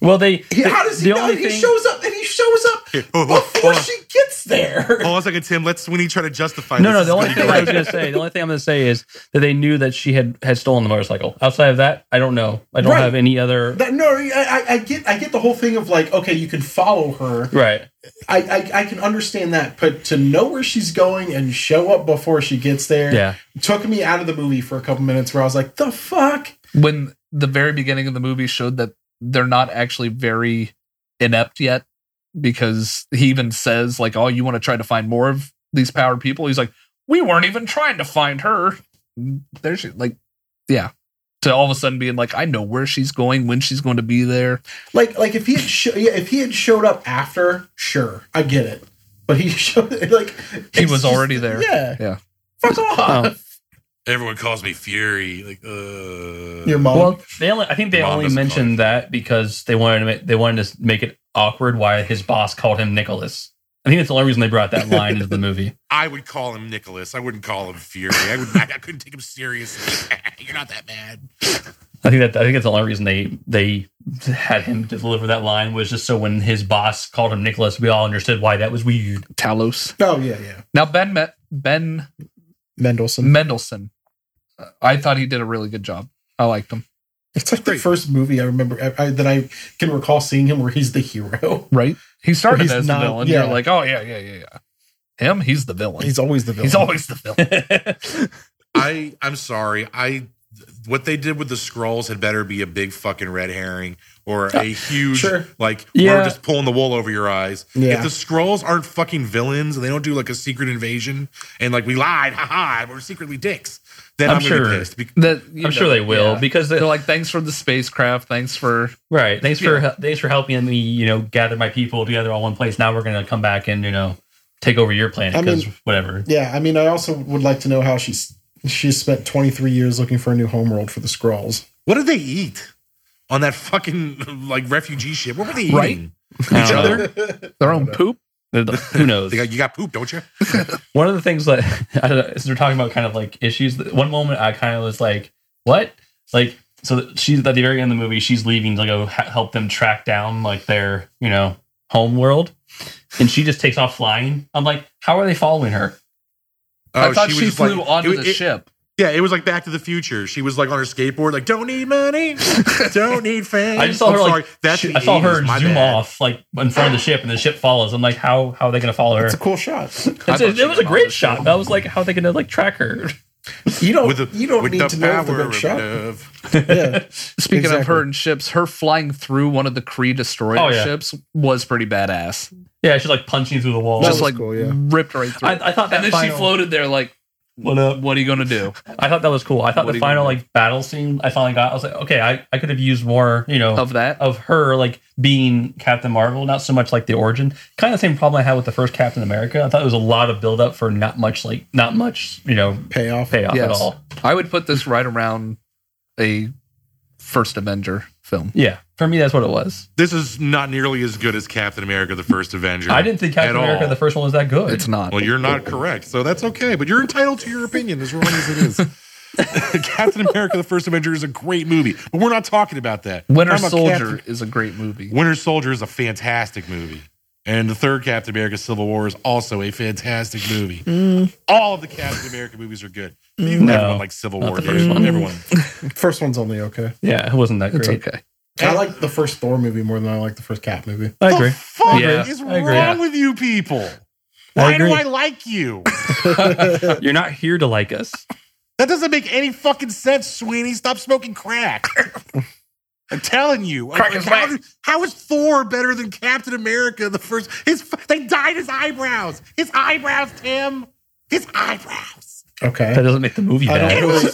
Speaker 2: well, they
Speaker 3: he,
Speaker 2: the-
Speaker 3: how does he
Speaker 2: the
Speaker 3: know?
Speaker 2: only
Speaker 3: He
Speaker 2: thing-
Speaker 3: shows up and he shows up
Speaker 1: Here, hold on,
Speaker 3: before
Speaker 1: hold on.
Speaker 3: she gets there.
Speaker 1: Hold on a Oh, second, Tim. Let's we need to try to justify.
Speaker 2: No, no.
Speaker 1: this. This
Speaker 2: The only
Speaker 1: is
Speaker 2: thing
Speaker 1: gonna
Speaker 2: I
Speaker 1: be
Speaker 2: was
Speaker 1: great.
Speaker 2: going to say, the only thing I'm going to say is that they knew that she had had stolen the motorcycle. Outside of that, I don't know. I don't
Speaker 3: Right.
Speaker 2: have any other.
Speaker 3: That, no, I, I- I get I get the whole thing of like, okay, you can follow her.
Speaker 2: right.
Speaker 3: I, I I can understand that, but to know where she's going and show up before she gets there
Speaker 2: Yeah.
Speaker 3: took me out of the movie for a couple minutes where I was like, the fuck.
Speaker 4: when the very beginning of the movie showed that they're not actually very inept yet, because he even says like, "Oh, you want to try to find more of these powered people?" He's like, "We weren't even trying to find her." There she like, yeah. To all of a sudden being like, "I know where she's going, when she's going to be there."
Speaker 3: Like like if he had sho- yeah, if he had showed up after, sure, I get it. But he showed like
Speaker 4: He
Speaker 3: it's
Speaker 4: was
Speaker 3: just-
Speaker 4: already there.
Speaker 3: Yeah,
Speaker 4: Yeah.
Speaker 3: Fuck off.
Speaker 1: Everyone calls me Fury. Like, uh,
Speaker 3: Your mom.
Speaker 2: Well, they only. I think they
Speaker 1: Mom
Speaker 2: only
Speaker 1: doesn't
Speaker 2: mentioned that because they wanted to. Make, they wanted to make it awkward. Why his boss called him Nicholas. I think that's the only reason they brought that line into the movie.
Speaker 1: I would call him Nicholas. I wouldn't call him Fury. I would. I, I couldn't take him seriously. You're not that bad.
Speaker 2: I think that. I think that's the only reason they they had him deliver that line was just so when his boss called him Nicholas, we all understood why that was weird.
Speaker 4: Talos.
Speaker 3: oh yeah, yeah.
Speaker 4: Now Ben met Ben
Speaker 3: Mendelsohn.
Speaker 4: Mendelsohn. Uh, I thought he did a really good job. I liked him.
Speaker 3: It's like
Speaker 1: Great.
Speaker 3: the first movie I remember I, I, that I can recall seeing him where he's the hero.
Speaker 4: Right? He started
Speaker 3: He's
Speaker 4: as
Speaker 3: not-
Speaker 4: the villain.
Speaker 3: yeah.
Speaker 4: You're like, oh yeah, yeah, yeah, yeah. Him, he's the villain. He's,
Speaker 3: He's always the villain.
Speaker 4: always the villain.
Speaker 1: I. I'm sorry. I. What they did with the scrolls had better be a big fucking red herring or a huge
Speaker 3: sure.
Speaker 1: like
Speaker 2: Yeah.
Speaker 1: we're just pulling the wool over your eyes.
Speaker 3: Yeah.
Speaker 1: If the scrolls aren't fucking villains and they don't do like a secret invasion and like we lied, haha, we're secretly dicks, then
Speaker 2: I'm
Speaker 1: I'm, gonna
Speaker 2: sure.
Speaker 1: be pissed. Be-
Speaker 4: That- you
Speaker 2: I'm sure
Speaker 4: know,
Speaker 2: they will
Speaker 4: yeah.
Speaker 2: because they,
Speaker 4: They're like, thanks for the spacecraft. Thanks for
Speaker 2: Right. Thanks
Speaker 4: Yeah.
Speaker 2: for hel- thanks for helping me. You know, gather my people together all one place. Now we're gonna come back and you know take over your planet
Speaker 3: I
Speaker 2: because
Speaker 3: mean-
Speaker 2: whatever.
Speaker 3: Yeah, I mean, I also would like to know how she's she's spent 23 years looking for a new homeworld for the Skrulls.
Speaker 1: What did they eat on that fucking like refugee ship? What were they eating?
Speaker 4: Right?
Speaker 1: Each
Speaker 2: Uh,
Speaker 1: other?
Speaker 4: their own poop.
Speaker 2: Who knows?
Speaker 1: They got, you got poop, don't you?
Speaker 2: one of the things that I don't know, is they're talking about kind of like issues. that- One moment I kind of was like, what? Like, so she's at the very end of the movie, she's leaving to go ha- help them track down like their, you know, home world. And she just takes off flying. I'm like, how are they following her?
Speaker 4: I
Speaker 1: Oh,
Speaker 4: thought
Speaker 1: was
Speaker 4: she,
Speaker 1: just
Speaker 4: flew
Speaker 1: like-
Speaker 4: onto
Speaker 1: it-
Speaker 4: the
Speaker 1: it-
Speaker 4: ship.
Speaker 1: Yeah, it was like Back to the Future. She was like on her skateboard, like don't need money, don't need fame.
Speaker 2: I just saw
Speaker 1: I'm
Speaker 2: her
Speaker 1: sorry,
Speaker 2: like,
Speaker 1: that's
Speaker 2: she-
Speaker 1: the
Speaker 2: I saw her
Speaker 1: 80s, my
Speaker 2: zoom
Speaker 1: bad.
Speaker 2: off like in front of the ship and the ship follows. I'm like, how, how are they going to follow her?
Speaker 3: It's a cool shot.
Speaker 2: It's-
Speaker 4: I thought
Speaker 2: it,
Speaker 4: she
Speaker 2: it was a
Speaker 4: was on the
Speaker 2: great
Speaker 4: ship.
Speaker 2: shot. but I was like, how are they going to like track her?
Speaker 3: You don't
Speaker 1: With the,
Speaker 3: Oh, you don't
Speaker 1: with
Speaker 3: need
Speaker 1: the
Speaker 3: to know the
Speaker 1: power
Speaker 3: big
Speaker 1: of
Speaker 3: shot.
Speaker 1: love.
Speaker 3: Yeah.
Speaker 4: Speaking of
Speaker 3: Exactly.
Speaker 4: her and ships, her flying through one of the Kree destroyer
Speaker 2: Oh, yeah.
Speaker 4: ships was pretty badass.
Speaker 2: Yeah, she's like punching through the wall.
Speaker 3: That
Speaker 4: Just
Speaker 3: was
Speaker 4: like
Speaker 3: cool, yeah.
Speaker 4: ripped right through.
Speaker 2: I, I thought that
Speaker 4: and then
Speaker 2: final,
Speaker 4: she floated there like,
Speaker 2: What up?
Speaker 4: what are you gonna do?
Speaker 2: I thought that was cool. I thought
Speaker 4: What do
Speaker 2: the
Speaker 4: you
Speaker 2: final
Speaker 4: mean?
Speaker 2: like battle scene I finally got. I was like, okay, I, I could have used more, you
Speaker 1: Oh.
Speaker 2: know, of,
Speaker 4: Of that,
Speaker 2: her like being Captain Marvel, not so much like the origin. Kind of the same problem I had with the first Captain America. I thought it was a lot of build up for not much like not much, you know,
Speaker 3: Payoff.
Speaker 2: payoff at
Speaker 4: Yes.
Speaker 2: all.
Speaker 4: I would put this right around a first Avenger film.
Speaker 2: Yeah, for me, that's what it was.
Speaker 1: This is not nearly as good as Captain America: The First Avenger.
Speaker 2: I didn't think Captain
Speaker 1: At
Speaker 2: America
Speaker 1: all.
Speaker 2: the first one was that good.
Speaker 4: It's not.
Speaker 1: Well, you're not correct, so that's okay. But you're entitled to your opinion, as wrong as it is. Captain America: The First Avenger is a great movie, but we're not talking about that.
Speaker 4: Winter
Speaker 1: I'm a
Speaker 4: Soldier
Speaker 1: Captain-
Speaker 4: is a great movie.
Speaker 1: Winter Soldier is a fantastic movie, and the third Captain America: Civil War is also a fantastic movie.
Speaker 2: Mm.
Speaker 1: All of the Captain America movies are good. Everyone likes Civil War.
Speaker 2: the
Speaker 1: dude.
Speaker 2: first
Speaker 1: Everyone,
Speaker 3: First one's only okay.
Speaker 2: yeah, it wasn't that
Speaker 4: It's
Speaker 2: great.
Speaker 4: okay.
Speaker 1: Eh?
Speaker 3: I like the first Thor movie more than I like the first Cat movie.
Speaker 2: I agree.
Speaker 1: The fuck
Speaker 2: Yeah,
Speaker 1: is
Speaker 2: I agree.
Speaker 1: wrong with you people?
Speaker 2: I
Speaker 1: Why do
Speaker 2: agree.
Speaker 1: I like you?
Speaker 2: You're not here to like us.
Speaker 1: That doesn't make any fucking sense, Sweeney. Stop smoking crack. I'm telling you.
Speaker 2: Crack is
Speaker 1: how,
Speaker 2: whack.
Speaker 1: how is Thor better than Captain America? The first, his they dyed his eyebrows. His eyebrows, Tim. His eyebrows.
Speaker 2: That
Speaker 3: Okay.
Speaker 2: doesn't make the movie
Speaker 3: I
Speaker 2: bad.
Speaker 3: don't really,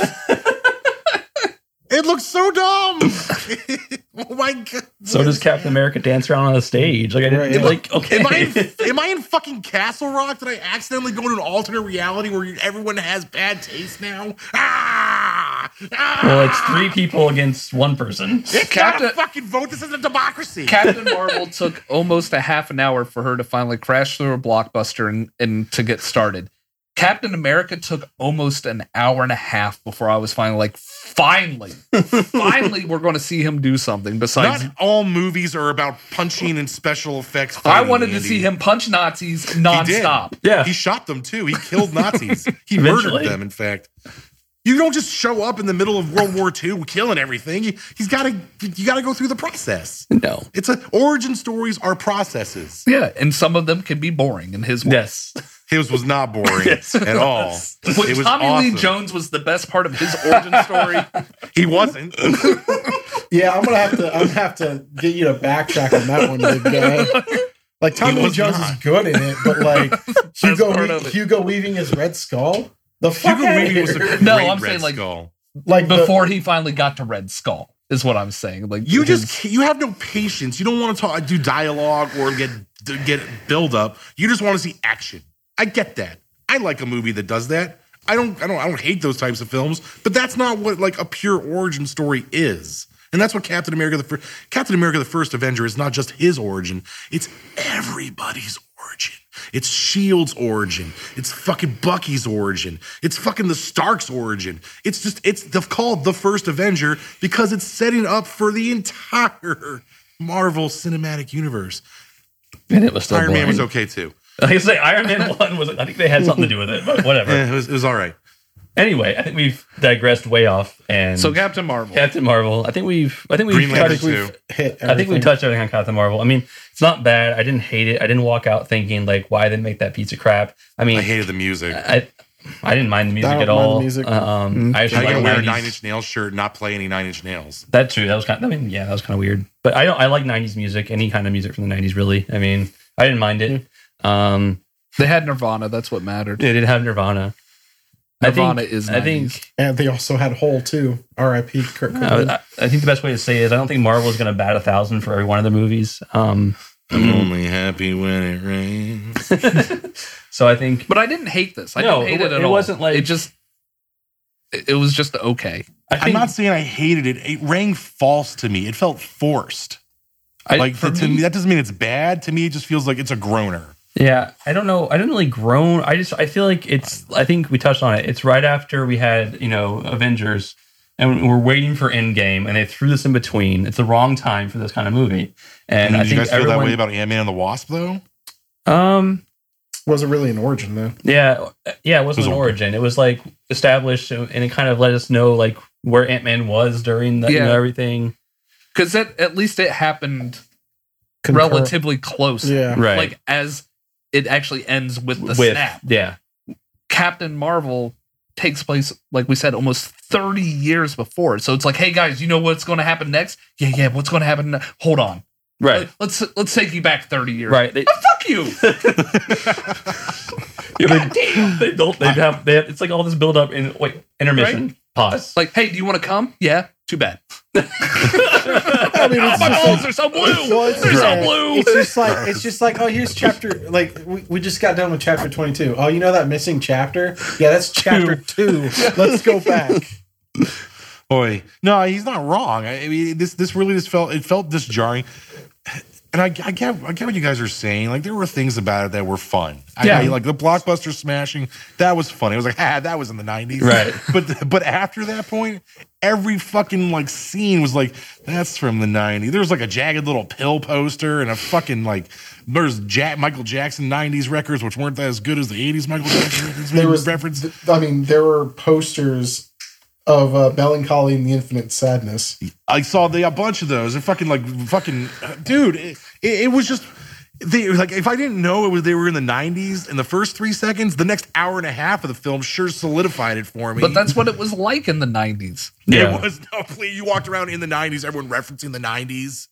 Speaker 1: It looks so dumb. oh my god.
Speaker 2: So does Captain America dance around on the stage? Like I didn't
Speaker 3: Right, yeah.
Speaker 2: like. Okay,
Speaker 1: Am I, in, am I in fucking Castle Rock? Did I accidentally go to an alternate reality where you, everyone has bad taste now? Ah! ah!
Speaker 2: well, it's three people against one person.
Speaker 1: It's not
Speaker 4: Captain-
Speaker 1: a fucking vote. This isn't a democracy.
Speaker 4: Captain Marvel took almost a half an hour for her to finally crash through a blockbuster and, and to get started. Captain America took almost an hour and a half before I was finally like, finally, finally, we're going to see him do something besides.
Speaker 1: Not all movies are about punching and special effects.
Speaker 4: I
Speaker 1: fighting,
Speaker 4: wanted to
Speaker 1: Andy.
Speaker 4: see him punch Nazis
Speaker 1: He did.
Speaker 4: nonstop.
Speaker 2: Yeah.
Speaker 1: he shot them too. He killed Nazis. He
Speaker 2: Eventually.
Speaker 1: murdered them. In fact, you don't just show up in the middle of World War II killing everything. You- He's got to. You got to go through the process.
Speaker 4: No.
Speaker 1: It's a origin stories are processes.
Speaker 4: Yeah, and some of them can be boring in his way.
Speaker 2: Yes.
Speaker 1: His was not boring
Speaker 2: Yes, it
Speaker 1: at all.
Speaker 4: When
Speaker 1: It was
Speaker 4: Tommy Lee
Speaker 1: awesome.
Speaker 4: Jones was the best part of his origin story.
Speaker 1: He wasn't.
Speaker 3: yeah, I'm gonna have to. I'm gonna have to get you to backtrack on that one, big guy. Like Tommy
Speaker 1: He
Speaker 3: Lee
Speaker 1: was
Speaker 3: Jones
Speaker 1: not.
Speaker 3: is good in it, but like Hugo
Speaker 4: part
Speaker 3: Wea-
Speaker 4: of it.
Speaker 3: Hugo Weaving as Red Skull. The fuck
Speaker 1: Hugo
Speaker 3: outta
Speaker 1: Weaving was a
Speaker 3: here.
Speaker 1: great
Speaker 4: No, I'm
Speaker 1: Red
Speaker 4: saying, like,
Speaker 1: Skull.
Speaker 3: like the-
Speaker 4: before he finally got to Red Skull, is what I'm saying. Like
Speaker 1: You
Speaker 4: his-
Speaker 1: just you have no patience. You don't want to talk, do dialogue or get get build up. You just want to see action. I get that. I like a movie that does that. I don't I don't I don't hate those types of films, but that's not what like a pure origin story is. And that's what Captain America the first Captain America the First Avenger is not just his origin, it's everybody's origin. It's Shield's origin. It's fucking Bucky's origin. It's fucking the Stark's origin. It's just it's the, called the First Avenger because it's setting up for the entire Marvel Cinematic Universe.
Speaker 2: And it was still
Speaker 1: Iron Man was
Speaker 2: boring.
Speaker 1: okay too.
Speaker 2: Like I say, Iron Man one was. I think they had something to do with it, but whatever.
Speaker 1: Eh, it was it was all right.
Speaker 2: anyway, I think we've digressed way off. And
Speaker 4: so Captain Marvel.
Speaker 2: Captain Marvel. I think we've. I think we've.
Speaker 1: Green
Speaker 2: tried
Speaker 1: Lantern
Speaker 2: to-
Speaker 1: too.
Speaker 3: hit. Everything.
Speaker 2: I think we touched everything on Captain Marvel. I mean, it's not bad. I didn't hate it. I didn't walk out thinking like, why they make that piece of crap. I mean,
Speaker 1: I hated the music.
Speaker 2: I I didn't mind the music
Speaker 3: I don't
Speaker 2: at
Speaker 3: mind the
Speaker 2: all.
Speaker 3: music.
Speaker 2: Um, I
Speaker 1: How
Speaker 2: actually
Speaker 1: you gonna
Speaker 2: like
Speaker 1: wear a
Speaker 2: 90s.
Speaker 1: Nine Inch Nails shirt and not play any Nine Inch Nails?
Speaker 2: That's true. That was kind. Of, I mean, yeah, that was kind of weird. But I don't. I like '90s music. Any kind of music from the '90s, really. I mean, I didn't mind it. Um,
Speaker 4: They had Nirvana. That's what mattered.
Speaker 2: it did have Nirvana.
Speaker 4: Nirvana
Speaker 2: I think,
Speaker 4: is
Speaker 2: I think.
Speaker 3: and they also had Hole too. R.I.P. Kurt Cobain.
Speaker 2: I, uh, I think the best way to say it is I don't think Marvel is going to bat a thousand for every one of the movies. Um,
Speaker 1: I'm only happy when it rains.
Speaker 2: so I think
Speaker 4: But I didn't hate this. I
Speaker 2: No,
Speaker 4: didn't hate
Speaker 2: it
Speaker 4: it,
Speaker 2: wa-
Speaker 4: at
Speaker 2: it
Speaker 4: all.
Speaker 2: wasn't like-
Speaker 4: it just. It it was just okay.
Speaker 2: I
Speaker 1: I'm
Speaker 2: think
Speaker 1: not saying I hated it. It rang false to me. It felt forced.
Speaker 4: I,
Speaker 1: like
Speaker 4: for
Speaker 1: to
Speaker 4: me-
Speaker 1: me, that doesn't mean it's bad. To me, it just feels like it's a groaner.
Speaker 2: Yeah, I don't know. I didn't really groan. I just I feel like it's. I think we touched on it. It's right after we had you know Avengers, and we're waiting for Endgame, and they threw this in between. It's the wrong time for this kind of movie. And
Speaker 1: And
Speaker 2: I
Speaker 1: did you
Speaker 2: think
Speaker 1: guys feel
Speaker 2: everyone,
Speaker 1: that way about Ant Man and the Wasp though?
Speaker 2: um
Speaker 3: Wasn't really an origin though.
Speaker 2: yeah yeah
Speaker 1: It
Speaker 2: it wasn't
Speaker 1: was
Speaker 2: an
Speaker 1: a-
Speaker 2: origin. It was like established, and it kind of let us know like where Ant Man was during the, you
Speaker 4: Yeah.
Speaker 2: know, everything.
Speaker 4: because at, at least it happened
Speaker 3: Concur-
Speaker 4: relatively close.
Speaker 3: Yeah.
Speaker 2: Right.
Speaker 4: Like as it actually ends with the
Speaker 2: With
Speaker 4: snap.
Speaker 2: yeah
Speaker 4: Captain Marvel takes place, like we said, almost 30 years before. So it's like, hey guys, you know what's going to happen next? Yeah, yeah. What's going to happen? ne- Hold on.
Speaker 2: right
Speaker 4: Let's let's take you back 30 years.
Speaker 2: right. They,
Speaker 4: Oh, fuck you.
Speaker 2: God damn, they don't. They have, they have. It's like all this build up and wait intermission pause.
Speaker 4: like, hey, do you want to come? Yeah. Too bad.
Speaker 3: I mean, it's just like-
Speaker 4: are so
Speaker 3: Well, it's,
Speaker 4: There's
Speaker 3: yeah,
Speaker 4: no blue.
Speaker 3: it's just like it's just like oh here's chapter like we, we just got done with chapter 22 oh you know that missing chapter yeah that's chapter two let's go back
Speaker 1: boy, no, he's not wrong. I, I mean, this this really just felt it felt this jarring. And I, I get I get what you guys are saying. Like there were things about it that were fun. I-
Speaker 2: Yeah.
Speaker 1: I, like the blockbuster smashing, that was funny. It was like, ah, that was in the nineties,
Speaker 2: Right.
Speaker 1: But but after that point, every fucking like scene was like, that's from the nineties. There was like a jagged little pill poster and a fucking like there's Jack Michael Jackson nineties records, which weren't as good as the eighties Michael Jackson records.
Speaker 3: There
Speaker 1: we
Speaker 3: was
Speaker 1: referenced.
Speaker 3: I mean, there were posters of uh, melancholy and the infinite sadness.
Speaker 1: I saw the, a bunch of those. They're fucking like fucking dude. It, it, it was just they like if I didn't know it was they were in the '90s in the first three seconds, the next hour and a half of the film sure solidified it for me.
Speaker 4: But that's what it was like in the 90s.
Speaker 2: Yeah.
Speaker 1: it was no plea. You walked around in the '90s, everyone referencing the '90s.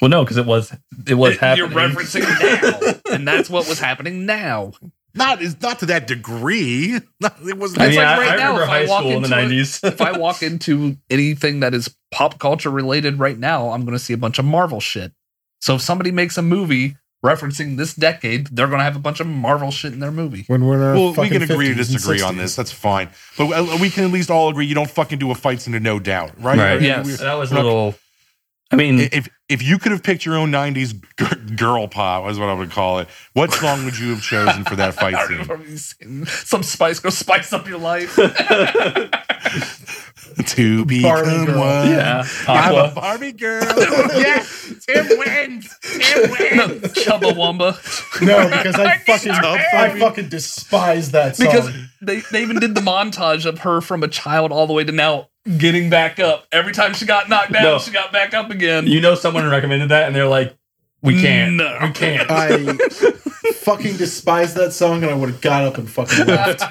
Speaker 2: Well, no, because it was it was
Speaker 4: You're
Speaker 2: happening.
Speaker 4: referencing now. and that's what was happening now.
Speaker 1: Not is not to that degree. Not- It wasn't.
Speaker 2: I
Speaker 1: it's
Speaker 2: mean,
Speaker 1: like,
Speaker 2: I,
Speaker 4: right
Speaker 2: I
Speaker 4: now,
Speaker 2: remember
Speaker 4: if I
Speaker 2: high
Speaker 4: walk
Speaker 2: school in the
Speaker 4: into a-
Speaker 2: nineties.
Speaker 4: If I walk into anything that is pop culture related right now, I'm going to see a bunch of Marvel shit. So if somebody makes a movie referencing this decade, they're going to have a bunch of Marvel shit in their movie.
Speaker 3: When we're in our
Speaker 1: well, we
Speaker 3: fucking
Speaker 1: can agree to
Speaker 3: 50s and
Speaker 1: disagree on
Speaker 3: 60s.
Speaker 1: this. That's fine. But uh, we can at least all agree you don't fucking do a fight scene to no doubt, right?
Speaker 2: Right.
Speaker 1: I mean,
Speaker 4: Yes.
Speaker 1: we-
Speaker 2: that was a
Speaker 1: we're not-
Speaker 2: little. I
Speaker 4: Hmm.
Speaker 2: mean,
Speaker 1: if if you could have picked your own '90s g- girl pop, is what I would call it. What song would you have chosen for that fight
Speaker 4: I
Speaker 1: scene,
Speaker 4: remember seeing Some spice go spice up your life.
Speaker 1: to become
Speaker 3: Girl.
Speaker 1: one?
Speaker 2: yeah,
Speaker 1: I'm a
Speaker 2: Aqua.
Speaker 1: Barbie girl. yes, Tim wins. Tim wins.
Speaker 4: no, Chubbawamba.
Speaker 3: No, because I
Speaker 1: I'm
Speaker 3: fucking
Speaker 1: sorry.
Speaker 3: I fucking despise that song.
Speaker 4: because they, they even did the montage of her from a child all the way to now getting back up. Every time she got knocked down,
Speaker 2: No.
Speaker 4: she got back up again.
Speaker 2: You know, someone recommended that, and they're like, "We can't,
Speaker 4: No.
Speaker 2: we can't."
Speaker 3: I fucking despise that song, and I would have got up and fucking left.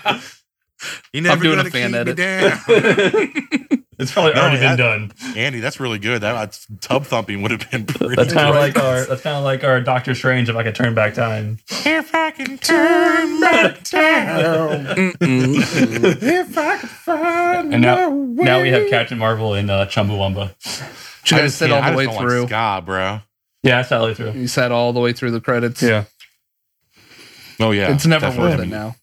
Speaker 1: You're
Speaker 4: I'm doing a
Speaker 1: gonna
Speaker 4: fan
Speaker 1: keep me
Speaker 4: edit.
Speaker 1: down.
Speaker 2: it's probably
Speaker 1: No,
Speaker 2: already
Speaker 1: that-
Speaker 2: been done.
Speaker 1: Andy, that's really good. That uh, tub thumping would have been pretty.
Speaker 2: That's kind of
Speaker 1: great.
Speaker 2: like our. That's kind of like our Doctor Strange. If I could turn back time,
Speaker 1: if I can turn back time.
Speaker 3: if I could find
Speaker 2: and now
Speaker 3: a way.
Speaker 2: now we have Captain Marvel and uh, Chumbawamba.
Speaker 4: Should have said all the way
Speaker 1: don't like
Speaker 4: through.
Speaker 1: ska, bro.
Speaker 2: Yeah, that's all through.
Speaker 4: You sat all the way through the credits.
Speaker 1: Oh yeah,
Speaker 4: it's never
Speaker 1: definitely.
Speaker 4: worth it now.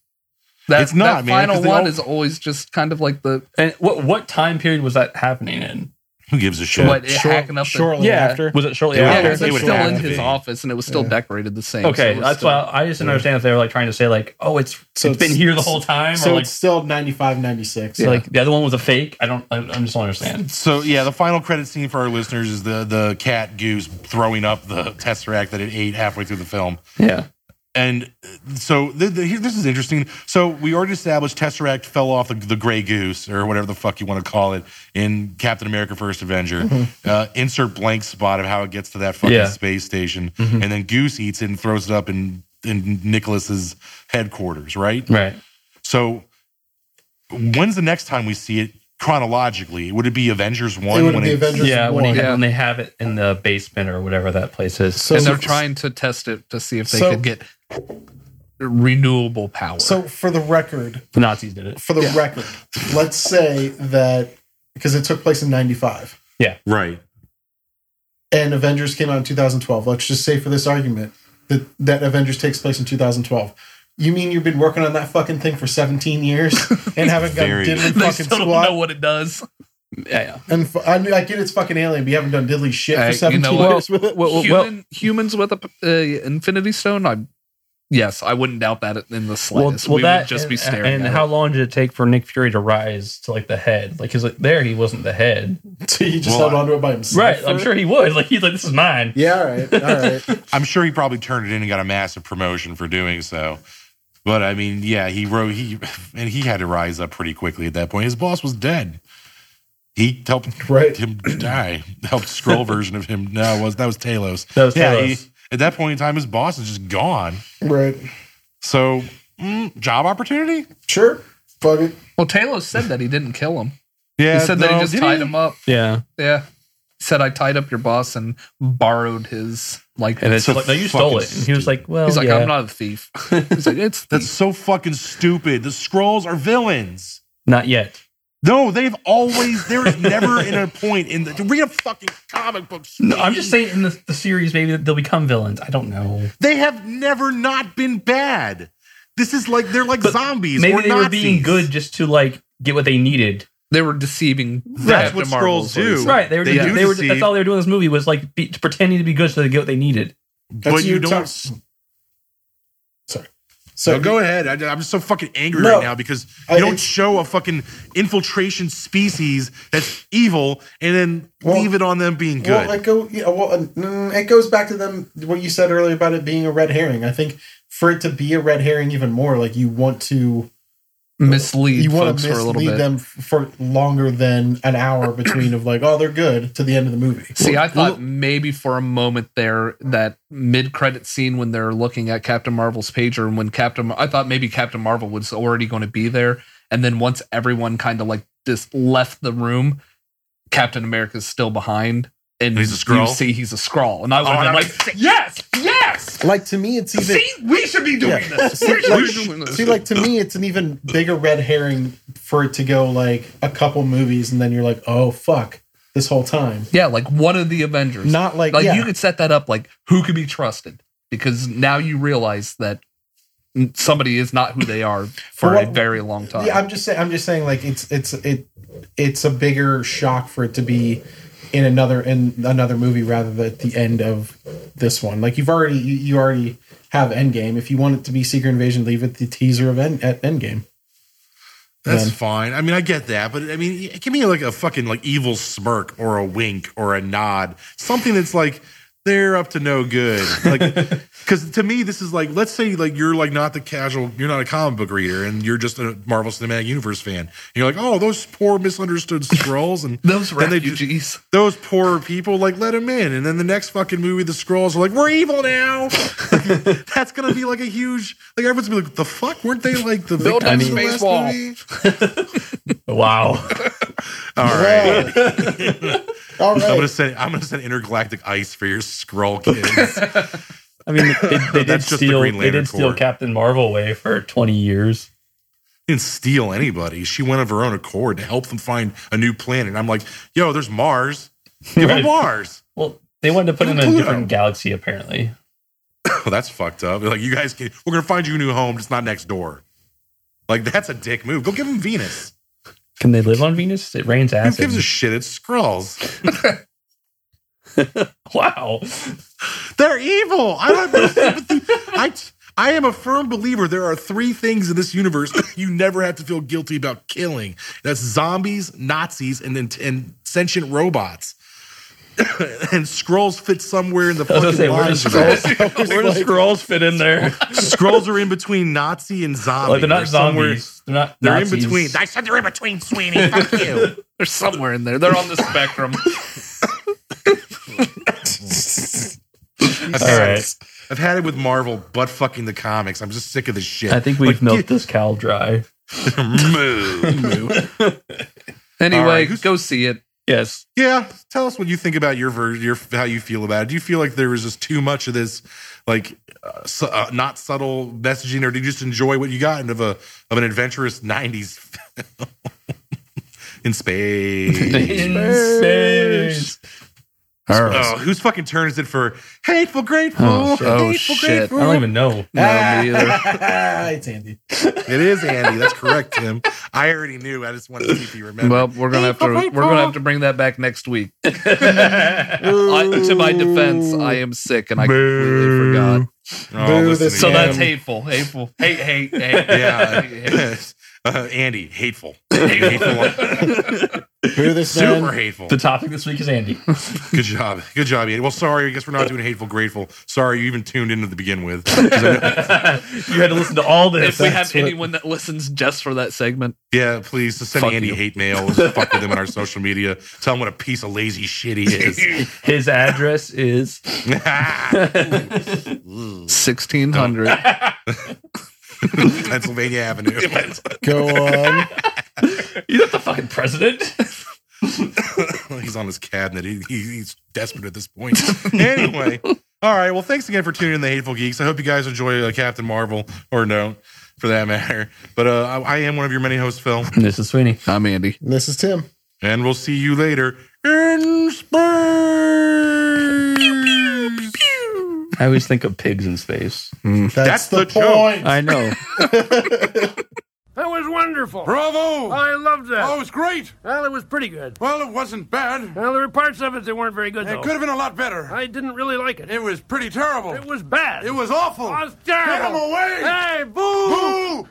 Speaker 4: That,
Speaker 1: It's not,
Speaker 4: that
Speaker 1: man, 'cause
Speaker 4: final
Speaker 1: they
Speaker 4: one
Speaker 1: all-
Speaker 4: is always just kind of like the
Speaker 2: And what what time period was that happening in?
Speaker 1: Who gives a shit?
Speaker 4: what it hacking up. the-
Speaker 3: shortly after.
Speaker 2: was it shortly
Speaker 1: Yeah,
Speaker 4: yeah,
Speaker 2: after?
Speaker 4: 'cause
Speaker 1: It
Speaker 4: it's
Speaker 1: would
Speaker 4: still
Speaker 1: have
Speaker 4: in
Speaker 1: to
Speaker 4: his
Speaker 1: be.
Speaker 4: office and it was still
Speaker 3: Yeah.
Speaker 4: decorated the same. so it
Speaker 2: Okay,
Speaker 4: was
Speaker 2: that's
Speaker 4: still-
Speaker 2: why I just didn't understand if they were like trying to say like, oh, it's
Speaker 3: So
Speaker 2: it's been
Speaker 3: it's-
Speaker 2: here the whole time,
Speaker 3: So
Speaker 2: or like,
Speaker 3: it's still 95, 96.
Speaker 2: so, like the other one was a fake. I don't, I, I'm just don't understand.
Speaker 1: So yeah, the final credit scene for our listeners is the the cat goose throwing up the tesseract that it ate halfway through the film.
Speaker 2: Yeah,
Speaker 1: And uh, so th- th- here, this is interesting. So we already established Tesseract fell off the, the Gray Goose or whatever the fuck you want to call it in Captain America: First Avenger.
Speaker 3: Mm-hmm.
Speaker 1: Uh, insert blank spot of how it gets to that fucking
Speaker 2: Yeah.
Speaker 1: space station,
Speaker 3: Mm-hmm.
Speaker 1: and then Goose eats it and throws it up in in Nicholas's headquarters, right?
Speaker 2: right.
Speaker 1: So when's the next time we see it chronologically? Would it be Avengers
Speaker 3: it
Speaker 1: One?
Speaker 3: would be
Speaker 1: it-
Speaker 3: Avengers
Speaker 2: yeah, when,
Speaker 3: one.
Speaker 2: he,
Speaker 4: Yeah.
Speaker 2: when they have it in the basement or whatever that place is.
Speaker 3: So-
Speaker 4: and they're trying to test it to see if they
Speaker 3: So-
Speaker 4: could get renewable power.
Speaker 3: So for the record,
Speaker 2: the Nazis did it.
Speaker 3: for the record, let's say that because it took place in 95
Speaker 1: right.
Speaker 3: and Avengers came out in 2012. Let's just say for this argument that that Avengers takes place in 2012. You mean you've been working on that fucking thing for 17 years and haven't got
Speaker 1: Very.
Speaker 3: diddly
Speaker 4: they
Speaker 3: fucking
Speaker 4: still don't know
Speaker 3: squat?
Speaker 4: what it does. Yeah,
Speaker 3: And fu- I, mean, I get it's fucking alien, but you haven't done diddly shit
Speaker 4: Hey,
Speaker 3: for
Speaker 4: you
Speaker 3: 17
Speaker 4: know what?
Speaker 3: years with it.
Speaker 4: yeah. Human, humans with a p- uh, Infinity Stone. I yes, I wouldn't doubt that in the slightest. we would just be staring.
Speaker 2: And
Speaker 4: at
Speaker 2: how
Speaker 4: it.
Speaker 2: long did it take for Nick Fury to rise to like the head? Like, cause like there he wasn't the head,
Speaker 3: So he just
Speaker 1: Well,
Speaker 3: held onto it by himself.
Speaker 2: right? I'm sure he would. Like he's like, this is mine.
Speaker 3: Yeah, all right. All right.
Speaker 1: I'm sure he probably turned it in and got a massive promotion for doing so. But I mean, yeah, he wrote he and he had to rise up pretty quickly at that point. His boss was dead. He helped
Speaker 3: Right.
Speaker 1: him die. Helped scroll version of him. No, it was that was Talos.
Speaker 2: That was
Speaker 1: yeah,
Speaker 2: Talos.
Speaker 1: he- at that point in time, his boss is just gone.
Speaker 3: Right.
Speaker 1: So mm, job opportunity.
Speaker 3: Sure. Fuck it.
Speaker 4: Well, Talos said that he didn't kill him.
Speaker 1: Yeah,
Speaker 4: He said that
Speaker 1: no,
Speaker 4: he just
Speaker 1: did
Speaker 4: tied him up.
Speaker 2: Yeah,
Speaker 4: Yeah. He said I tied up your boss and borrowed his like
Speaker 2: and it's
Speaker 1: So
Speaker 2: like, no,
Speaker 1: fucking
Speaker 2: you stole it. And he was like, well,
Speaker 4: he's like,
Speaker 2: yeah.
Speaker 4: I'm not a thief. He's like, it's
Speaker 1: That's so fucking stupid. The scrolls are villains.
Speaker 2: Not yet.
Speaker 1: No, they've always. There is never in a point in the read a fucking comic book.
Speaker 2: No, I'm just saying in the, the series, maybe they'll become villains. I don't know.
Speaker 1: They have never not been bad. This is like they're like zombies.
Speaker 2: Maybe
Speaker 1: or
Speaker 2: they were
Speaker 1: Nazis.
Speaker 2: being good just to like get what they needed.
Speaker 4: They were deceiving.
Speaker 1: That's
Speaker 4: Captain
Speaker 1: what
Speaker 4: Marvel's
Speaker 1: Skrulls do.
Speaker 4: voice.
Speaker 2: Right. They were.
Speaker 1: They
Speaker 2: They,
Speaker 1: do
Speaker 2: were.
Speaker 1: deceive.
Speaker 2: That's all they were doing. in This movie was like be, pretending to be good so they get what they needed.
Speaker 1: But you don't.
Speaker 3: talk-
Speaker 1: so
Speaker 3: So
Speaker 1: go ahead. I, am just so fucking angry
Speaker 3: No.
Speaker 1: right now because you
Speaker 3: I-
Speaker 1: don't
Speaker 3: it's-
Speaker 1: show a fucking infiltration species that's evil and then
Speaker 3: Well-
Speaker 1: leave it on them being good.
Speaker 3: Well, it go. Yeah, well, uh, mm, it goes back to them what you said earlier about it being a red herring. I think for it to be a red herring even more, like you want to
Speaker 4: Mislead
Speaker 3: you want
Speaker 4: folks
Speaker 3: to
Speaker 4: for a little
Speaker 3: mislead
Speaker 4: bit.
Speaker 3: them for longer than an hour between of like, oh, they're good to the end of the movie.
Speaker 4: See, I
Speaker 1: well-
Speaker 4: thought maybe for a moment there that mid-credit scene when they're looking at Captain Marvel's pager and when Captain I thought maybe Captain Marvel was already going to be there and then once everyone kind of like just left the room, Captain America's still behind and
Speaker 1: He's a Skrull?
Speaker 4: you see he's a scroll and I was
Speaker 1: Oh,
Speaker 4: would've been
Speaker 1: that
Speaker 4: like yes, yes.
Speaker 3: Like to me, it's even
Speaker 4: See, we should be doing
Speaker 3: Yeah.
Speaker 4: this.
Speaker 3: See,
Speaker 4: We should be
Speaker 3: like-
Speaker 4: doing this.
Speaker 3: See, like to me, it's an even bigger red herring for it to go like a couple movies, and then you're like, oh fuck, this whole time.
Speaker 4: yeah, like one of the Avengers.
Speaker 3: Not like,
Speaker 4: like
Speaker 3: yeah,
Speaker 4: you could set that up like who could be trusted because now you realize that somebody is not who they are for
Speaker 3: Well,
Speaker 4: a very long time
Speaker 3: yeah. I'm just saying, I'm just saying, like it's it's it it's a bigger shock for it to be in another in another movie rather than at the end of this one. Like you've already you, you already have Endgame. If you want it to be Secret Invasion, leave it the teaser of end, at Endgame.
Speaker 1: That's
Speaker 3: then.
Speaker 1: fine. I mean, I get that, but I mean, give me like a fucking like evil smirk or a wink or a nod, something that's like they're up to no good. Like, because to me, this is like, let's say like you're like not the casual, you're not a comic book reader, and you're just a Marvel Cinematic Universe fan. And you're like, oh, those poor misunderstood scrolls and
Speaker 4: those
Speaker 1: Then they do-
Speaker 4: refugees
Speaker 1: those poor people, like let them in, and then the next fucking movie, the scrolls are like, we're evil now. That's gonna be like a huge, like everyone's gonna be like, the fuck, weren't they like the
Speaker 4: Build that
Speaker 1: victims in the
Speaker 4: space
Speaker 1: last
Speaker 4: wall.
Speaker 1: movie?
Speaker 2: Wow.
Speaker 1: All right.
Speaker 3: All
Speaker 1: I'm
Speaker 3: right.
Speaker 1: gonna send I'm gonna send intergalactic ice for your scroll kids.
Speaker 2: I mean, they, they did
Speaker 1: That's just the
Speaker 2: steal.
Speaker 1: Green
Speaker 2: They
Speaker 1: Lantern
Speaker 2: did steal
Speaker 1: Corps.
Speaker 2: Captain Marvel away for 20 years.
Speaker 1: didn't steal anybody. She went of her own accord to help them find a new planet. And I'm like, yo, there's Mars. Give them
Speaker 2: Right.
Speaker 1: Mars.
Speaker 2: Well, they wanted to put him in a
Speaker 1: Pluto.
Speaker 2: different galaxy, apparently.
Speaker 1: Well, that's fucked up. They're like, you guys can we're gonna find you a new home, just not next door. Like that's a dick move. Go give them Venus.
Speaker 2: Can they live on Venus? It rains
Speaker 1: Who
Speaker 2: acid.
Speaker 1: gives a shit? It's Skrulls.
Speaker 2: wow.
Speaker 1: They're evil. I don't have sympathy. I I am a firm believer there are three things in this universe you never have to feel guilty about killing. That's zombies, Nazis, and then and sentient robots. and scrolls fit somewhere in the
Speaker 2: I was
Speaker 1: fucking
Speaker 2: gonna say, where do
Speaker 1: lines.
Speaker 2: scrolls? where do scrolls fit in there?
Speaker 1: scrolls are in between Nazi and zombie.
Speaker 2: Well, they're not
Speaker 1: somewhere-
Speaker 2: zombies. They're not.
Speaker 1: They're in
Speaker 2: Nazis.
Speaker 1: between. I said they're in between, Sweeney. Fuck you.
Speaker 4: they're somewhere in there they're on the spectrum
Speaker 1: I've,
Speaker 2: All
Speaker 1: had,
Speaker 2: right.
Speaker 1: I've had it with Marvel, butt fucking the comics. I'm just sick of this shit.
Speaker 2: I think
Speaker 1: Like,
Speaker 2: we've
Speaker 1: get-
Speaker 2: milked this cow dry.
Speaker 1: Moo, moo. All
Speaker 4: anyway
Speaker 1: right, who's-
Speaker 4: go see it
Speaker 2: Yes.
Speaker 1: Yeah, tell us what you think about your version, your how you feel about it. Do you feel like there was just too much of this, like uh, su- uh, not subtle messaging, or did you just enjoy what you got out of a of an adventurous '90s film in space?
Speaker 2: Insane.
Speaker 4: all
Speaker 1: oh, whose fucking turn is it for hateful grateful?
Speaker 4: Oh, shit. Oh,
Speaker 1: hateful
Speaker 4: shit.
Speaker 2: I
Speaker 1: grateful.
Speaker 2: don't even know.
Speaker 3: Oh.
Speaker 4: no me either
Speaker 3: it's Andy.
Speaker 1: It is Andy. That's correct, Tim. I already knew. I just wanted to see if you remember.
Speaker 4: well we're gonna have to we're gonna have to bring that back next week I, to my defense i am sick and i completely forgot
Speaker 1: Oh,
Speaker 3: Boo
Speaker 1: listen
Speaker 3: this
Speaker 4: so
Speaker 1: again.
Speaker 4: that's
Speaker 3: Um,
Speaker 4: hateful hateful hate hate hate
Speaker 1: yeah. uh, Andy, hateful. hateful.
Speaker 3: Who this
Speaker 1: Super
Speaker 3: man?
Speaker 1: hateful.
Speaker 2: The topic this week is Andy.
Speaker 1: Good job. Good job, Andy. Well, sorry. I guess
Speaker 4: Uh,
Speaker 1: we're not doing hateful, grateful. Sorry you even tuned in to begin with. 'Cause I know-
Speaker 2: you had to listen to all this.
Speaker 4: if we have
Speaker 3: That's what-
Speaker 4: anyone that listens just for that segment
Speaker 1: yeah, please just send
Speaker 4: Fuck
Speaker 1: Andy
Speaker 4: you.
Speaker 1: hate mail. Just fuck with him on our social media. Tell him what a piece of lazy shit he is.
Speaker 2: His address is.
Speaker 4: 1600
Speaker 1: Pennsylvania Avenue.
Speaker 3: Go on.
Speaker 2: He's not the fucking president.
Speaker 1: He's on his cabinet. He, he, he's desperate at this point. anyway, all right. Well, thanks again for tuning in, the Hateful Geeks. I hope you guys enjoy uh, Captain Marvel or don't, for that matter. But uh, I, I am one of your many hosts, Phil,
Speaker 2: This is Sweeney.
Speaker 4: i'm andy
Speaker 3: This is Tim.
Speaker 1: and we'll see you later in space.
Speaker 2: I always think of pigs in space.
Speaker 3: That's,
Speaker 1: That's
Speaker 3: the,
Speaker 1: the joke.
Speaker 3: point.
Speaker 2: I know.
Speaker 5: That was wonderful.
Speaker 6: Bravo!
Speaker 5: I loved that.
Speaker 6: oh, it was great.
Speaker 5: Well, it was pretty good.
Speaker 6: Well, it wasn't bad.
Speaker 5: Well, there were parts of it that weren't very good,
Speaker 6: It
Speaker 5: though.
Speaker 6: could have been a lot better.
Speaker 5: I didn't really like it.
Speaker 6: It was pretty terrible.
Speaker 5: It was bad.
Speaker 6: It was awful.
Speaker 5: It was
Speaker 6: Get
Speaker 5: terrible.
Speaker 6: him away!
Speaker 5: Hey, boo!
Speaker 6: Boo!